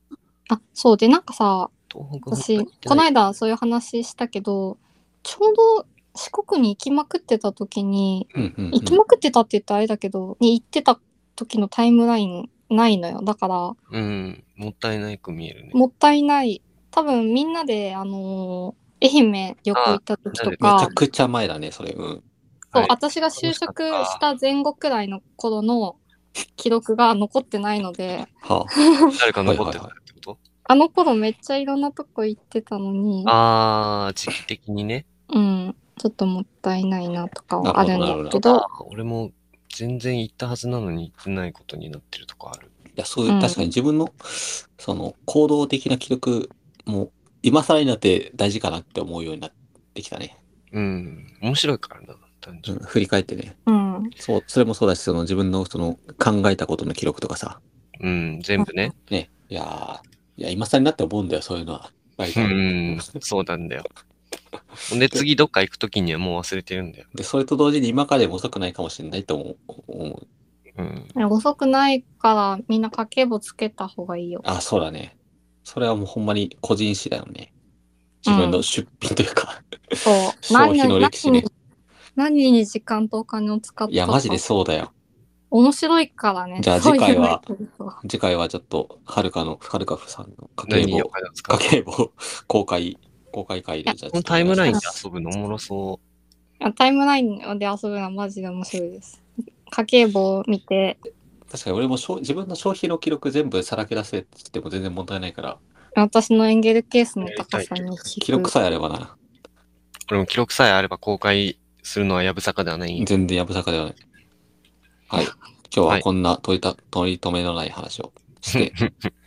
Speaker 3: あそうでなんかさ
Speaker 1: 東北
Speaker 3: 私この
Speaker 1: い。
Speaker 3: 間そういう話したけどちょうど四国に行きまくってた時に
Speaker 2: うんうんうん
Speaker 3: 行きまくってたって言ったらあれだけど、に行ってた時のタイムラインないのよだから
Speaker 1: うん、もったいないく見えるね。
Speaker 3: もったいない多分みんなであのー愛媛旅行行った時と
Speaker 2: めち
Speaker 3: か
Speaker 2: ゃくちゃ前だね、それ。うん。
Speaker 3: そう
Speaker 1: はい
Speaker 3: 私が就職した前後くらいの頃の記録が残ってないので、
Speaker 2: は
Speaker 1: 誰か残ってた
Speaker 2: はいはいは
Speaker 1: ってこと
Speaker 3: あの頃めっちゃいろんなとこ行ってたのに、
Speaker 1: あー、時期的にね。
Speaker 3: うん、ちょっともったいないなとかはあるんだ
Speaker 2: なる
Speaker 3: け
Speaker 2: ほ
Speaker 3: ど、
Speaker 1: 俺も全然行ったはずなのに行ってないことになってるとかある。
Speaker 2: あ。いや、そう
Speaker 3: う
Speaker 2: い
Speaker 3: ん
Speaker 2: う、確かに自分の、その、行動的な記録も、今更になって大事かなって思うようになってきたね。
Speaker 1: うん。面白いからな、単
Speaker 2: う
Speaker 1: 純
Speaker 2: ん、
Speaker 1: に。
Speaker 2: 振り返ってね。
Speaker 3: うん、
Speaker 2: そう、それもそうだし、その自分の、その、考えたことの記録とかさ。
Speaker 1: うん、全部ね。
Speaker 2: ね。いやーいや、今更になって思うんだよ、そういうのは。割
Speaker 1: う
Speaker 2: と
Speaker 1: ん、そうなんだよ。ほんで、次どっか行くときにはもう忘れてるんだよ。
Speaker 2: で、それと同時に今からでも遅くないかもしれないと思う思う。
Speaker 1: うん。
Speaker 3: 遅くないからみんな家計簿つけた方がいいよ。
Speaker 2: あ、そうだね。それはもうほんまに個人誌だよね。自分の出品というか、
Speaker 3: そう。
Speaker 2: 消費の歴史ね
Speaker 3: 何に何に時間とお金を使ったか。
Speaker 2: いや、マジでそうだよ。
Speaker 3: 面白いからね。
Speaker 2: じゃあ
Speaker 3: そういう
Speaker 2: 次回は
Speaker 3: メリットが
Speaker 2: 次回はちょっと、はるかの、はるかふさんの家
Speaker 1: 何
Speaker 2: 計
Speaker 1: にお
Speaker 2: 簿、
Speaker 1: 金を使
Speaker 2: 家
Speaker 1: う
Speaker 2: 計簿公開、公開会で、じゃあ
Speaker 1: このタイムラインで
Speaker 2: ちょっ
Speaker 1: 遊ぶのおもろそ
Speaker 3: あタイムラインで遊ぶのはマジで面白いです。家計簿を見て、
Speaker 2: と確かに俺もしょ自分の消費の記録全部さらけ出せって言っても全然問題ないから、
Speaker 3: 私のエンゲルケースの高さに引く
Speaker 2: 記録さえあればな、
Speaker 1: う。これも記録さえあれば公開するのはやぶさかではない。
Speaker 2: 全然やぶさかではない。 はい。今日
Speaker 1: は
Speaker 2: はいこんな取りた、取り留めのない話を して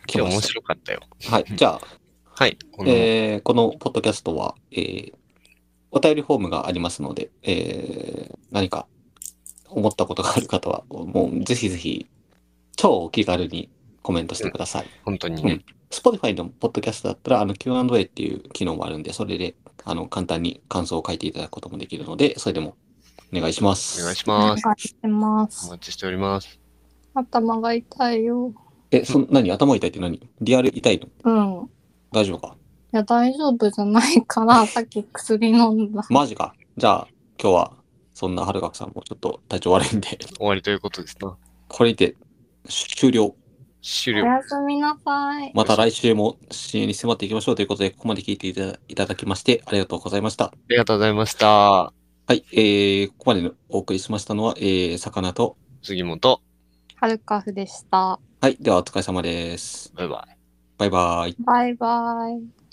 Speaker 2: き
Speaker 1: 今
Speaker 2: ま
Speaker 1: 日面
Speaker 2: し
Speaker 1: 白かったよ。
Speaker 2: た。はい。じゃあ、
Speaker 1: はい。この
Speaker 2: えーこのポッドキャストは、えーお便りフォームがありますので、えー何か思ったことがある方は、もうぜひぜひ、超お気軽にコメントしてください。
Speaker 1: 本当にね。
Speaker 2: Spotify のポッドキャストだったら、あの Q&A っていう機能もあるんで、それで、あの、簡単に感想を書いていただくこともできるので、それでもお願いします。
Speaker 1: お願いし
Speaker 3: お願
Speaker 1: ま
Speaker 3: い
Speaker 1: す。
Speaker 3: してま
Speaker 1: お
Speaker 3: す。
Speaker 1: 待ちしております。
Speaker 3: 頭が痛いよ。
Speaker 2: え、そん、何頭痛いって何リアル痛いの
Speaker 3: うん。い
Speaker 2: 大丈夫か
Speaker 3: や、大丈夫じゃない から、さっき薬飲んだ。
Speaker 2: マジか。じゃあ、今日は、そんなはるかくさんもちょっと体調悪いんで、
Speaker 1: 終わりということですな。
Speaker 2: これにて終了。
Speaker 1: 終
Speaker 3: お
Speaker 1: 了。
Speaker 3: やすみなさい。
Speaker 2: また来週も深夜に迫っていきましょうということで、ここまで聞いていたいただきましてありがとうございました。
Speaker 1: ありがとうございました。
Speaker 2: はい、えー、ここまでのお送りしましたのは、えー、魚と、
Speaker 1: 杉本、
Speaker 3: はるかふでした。
Speaker 2: はい、ではお疲れ様です。
Speaker 1: バイバイ。
Speaker 2: バイバイ。
Speaker 3: バイバイ。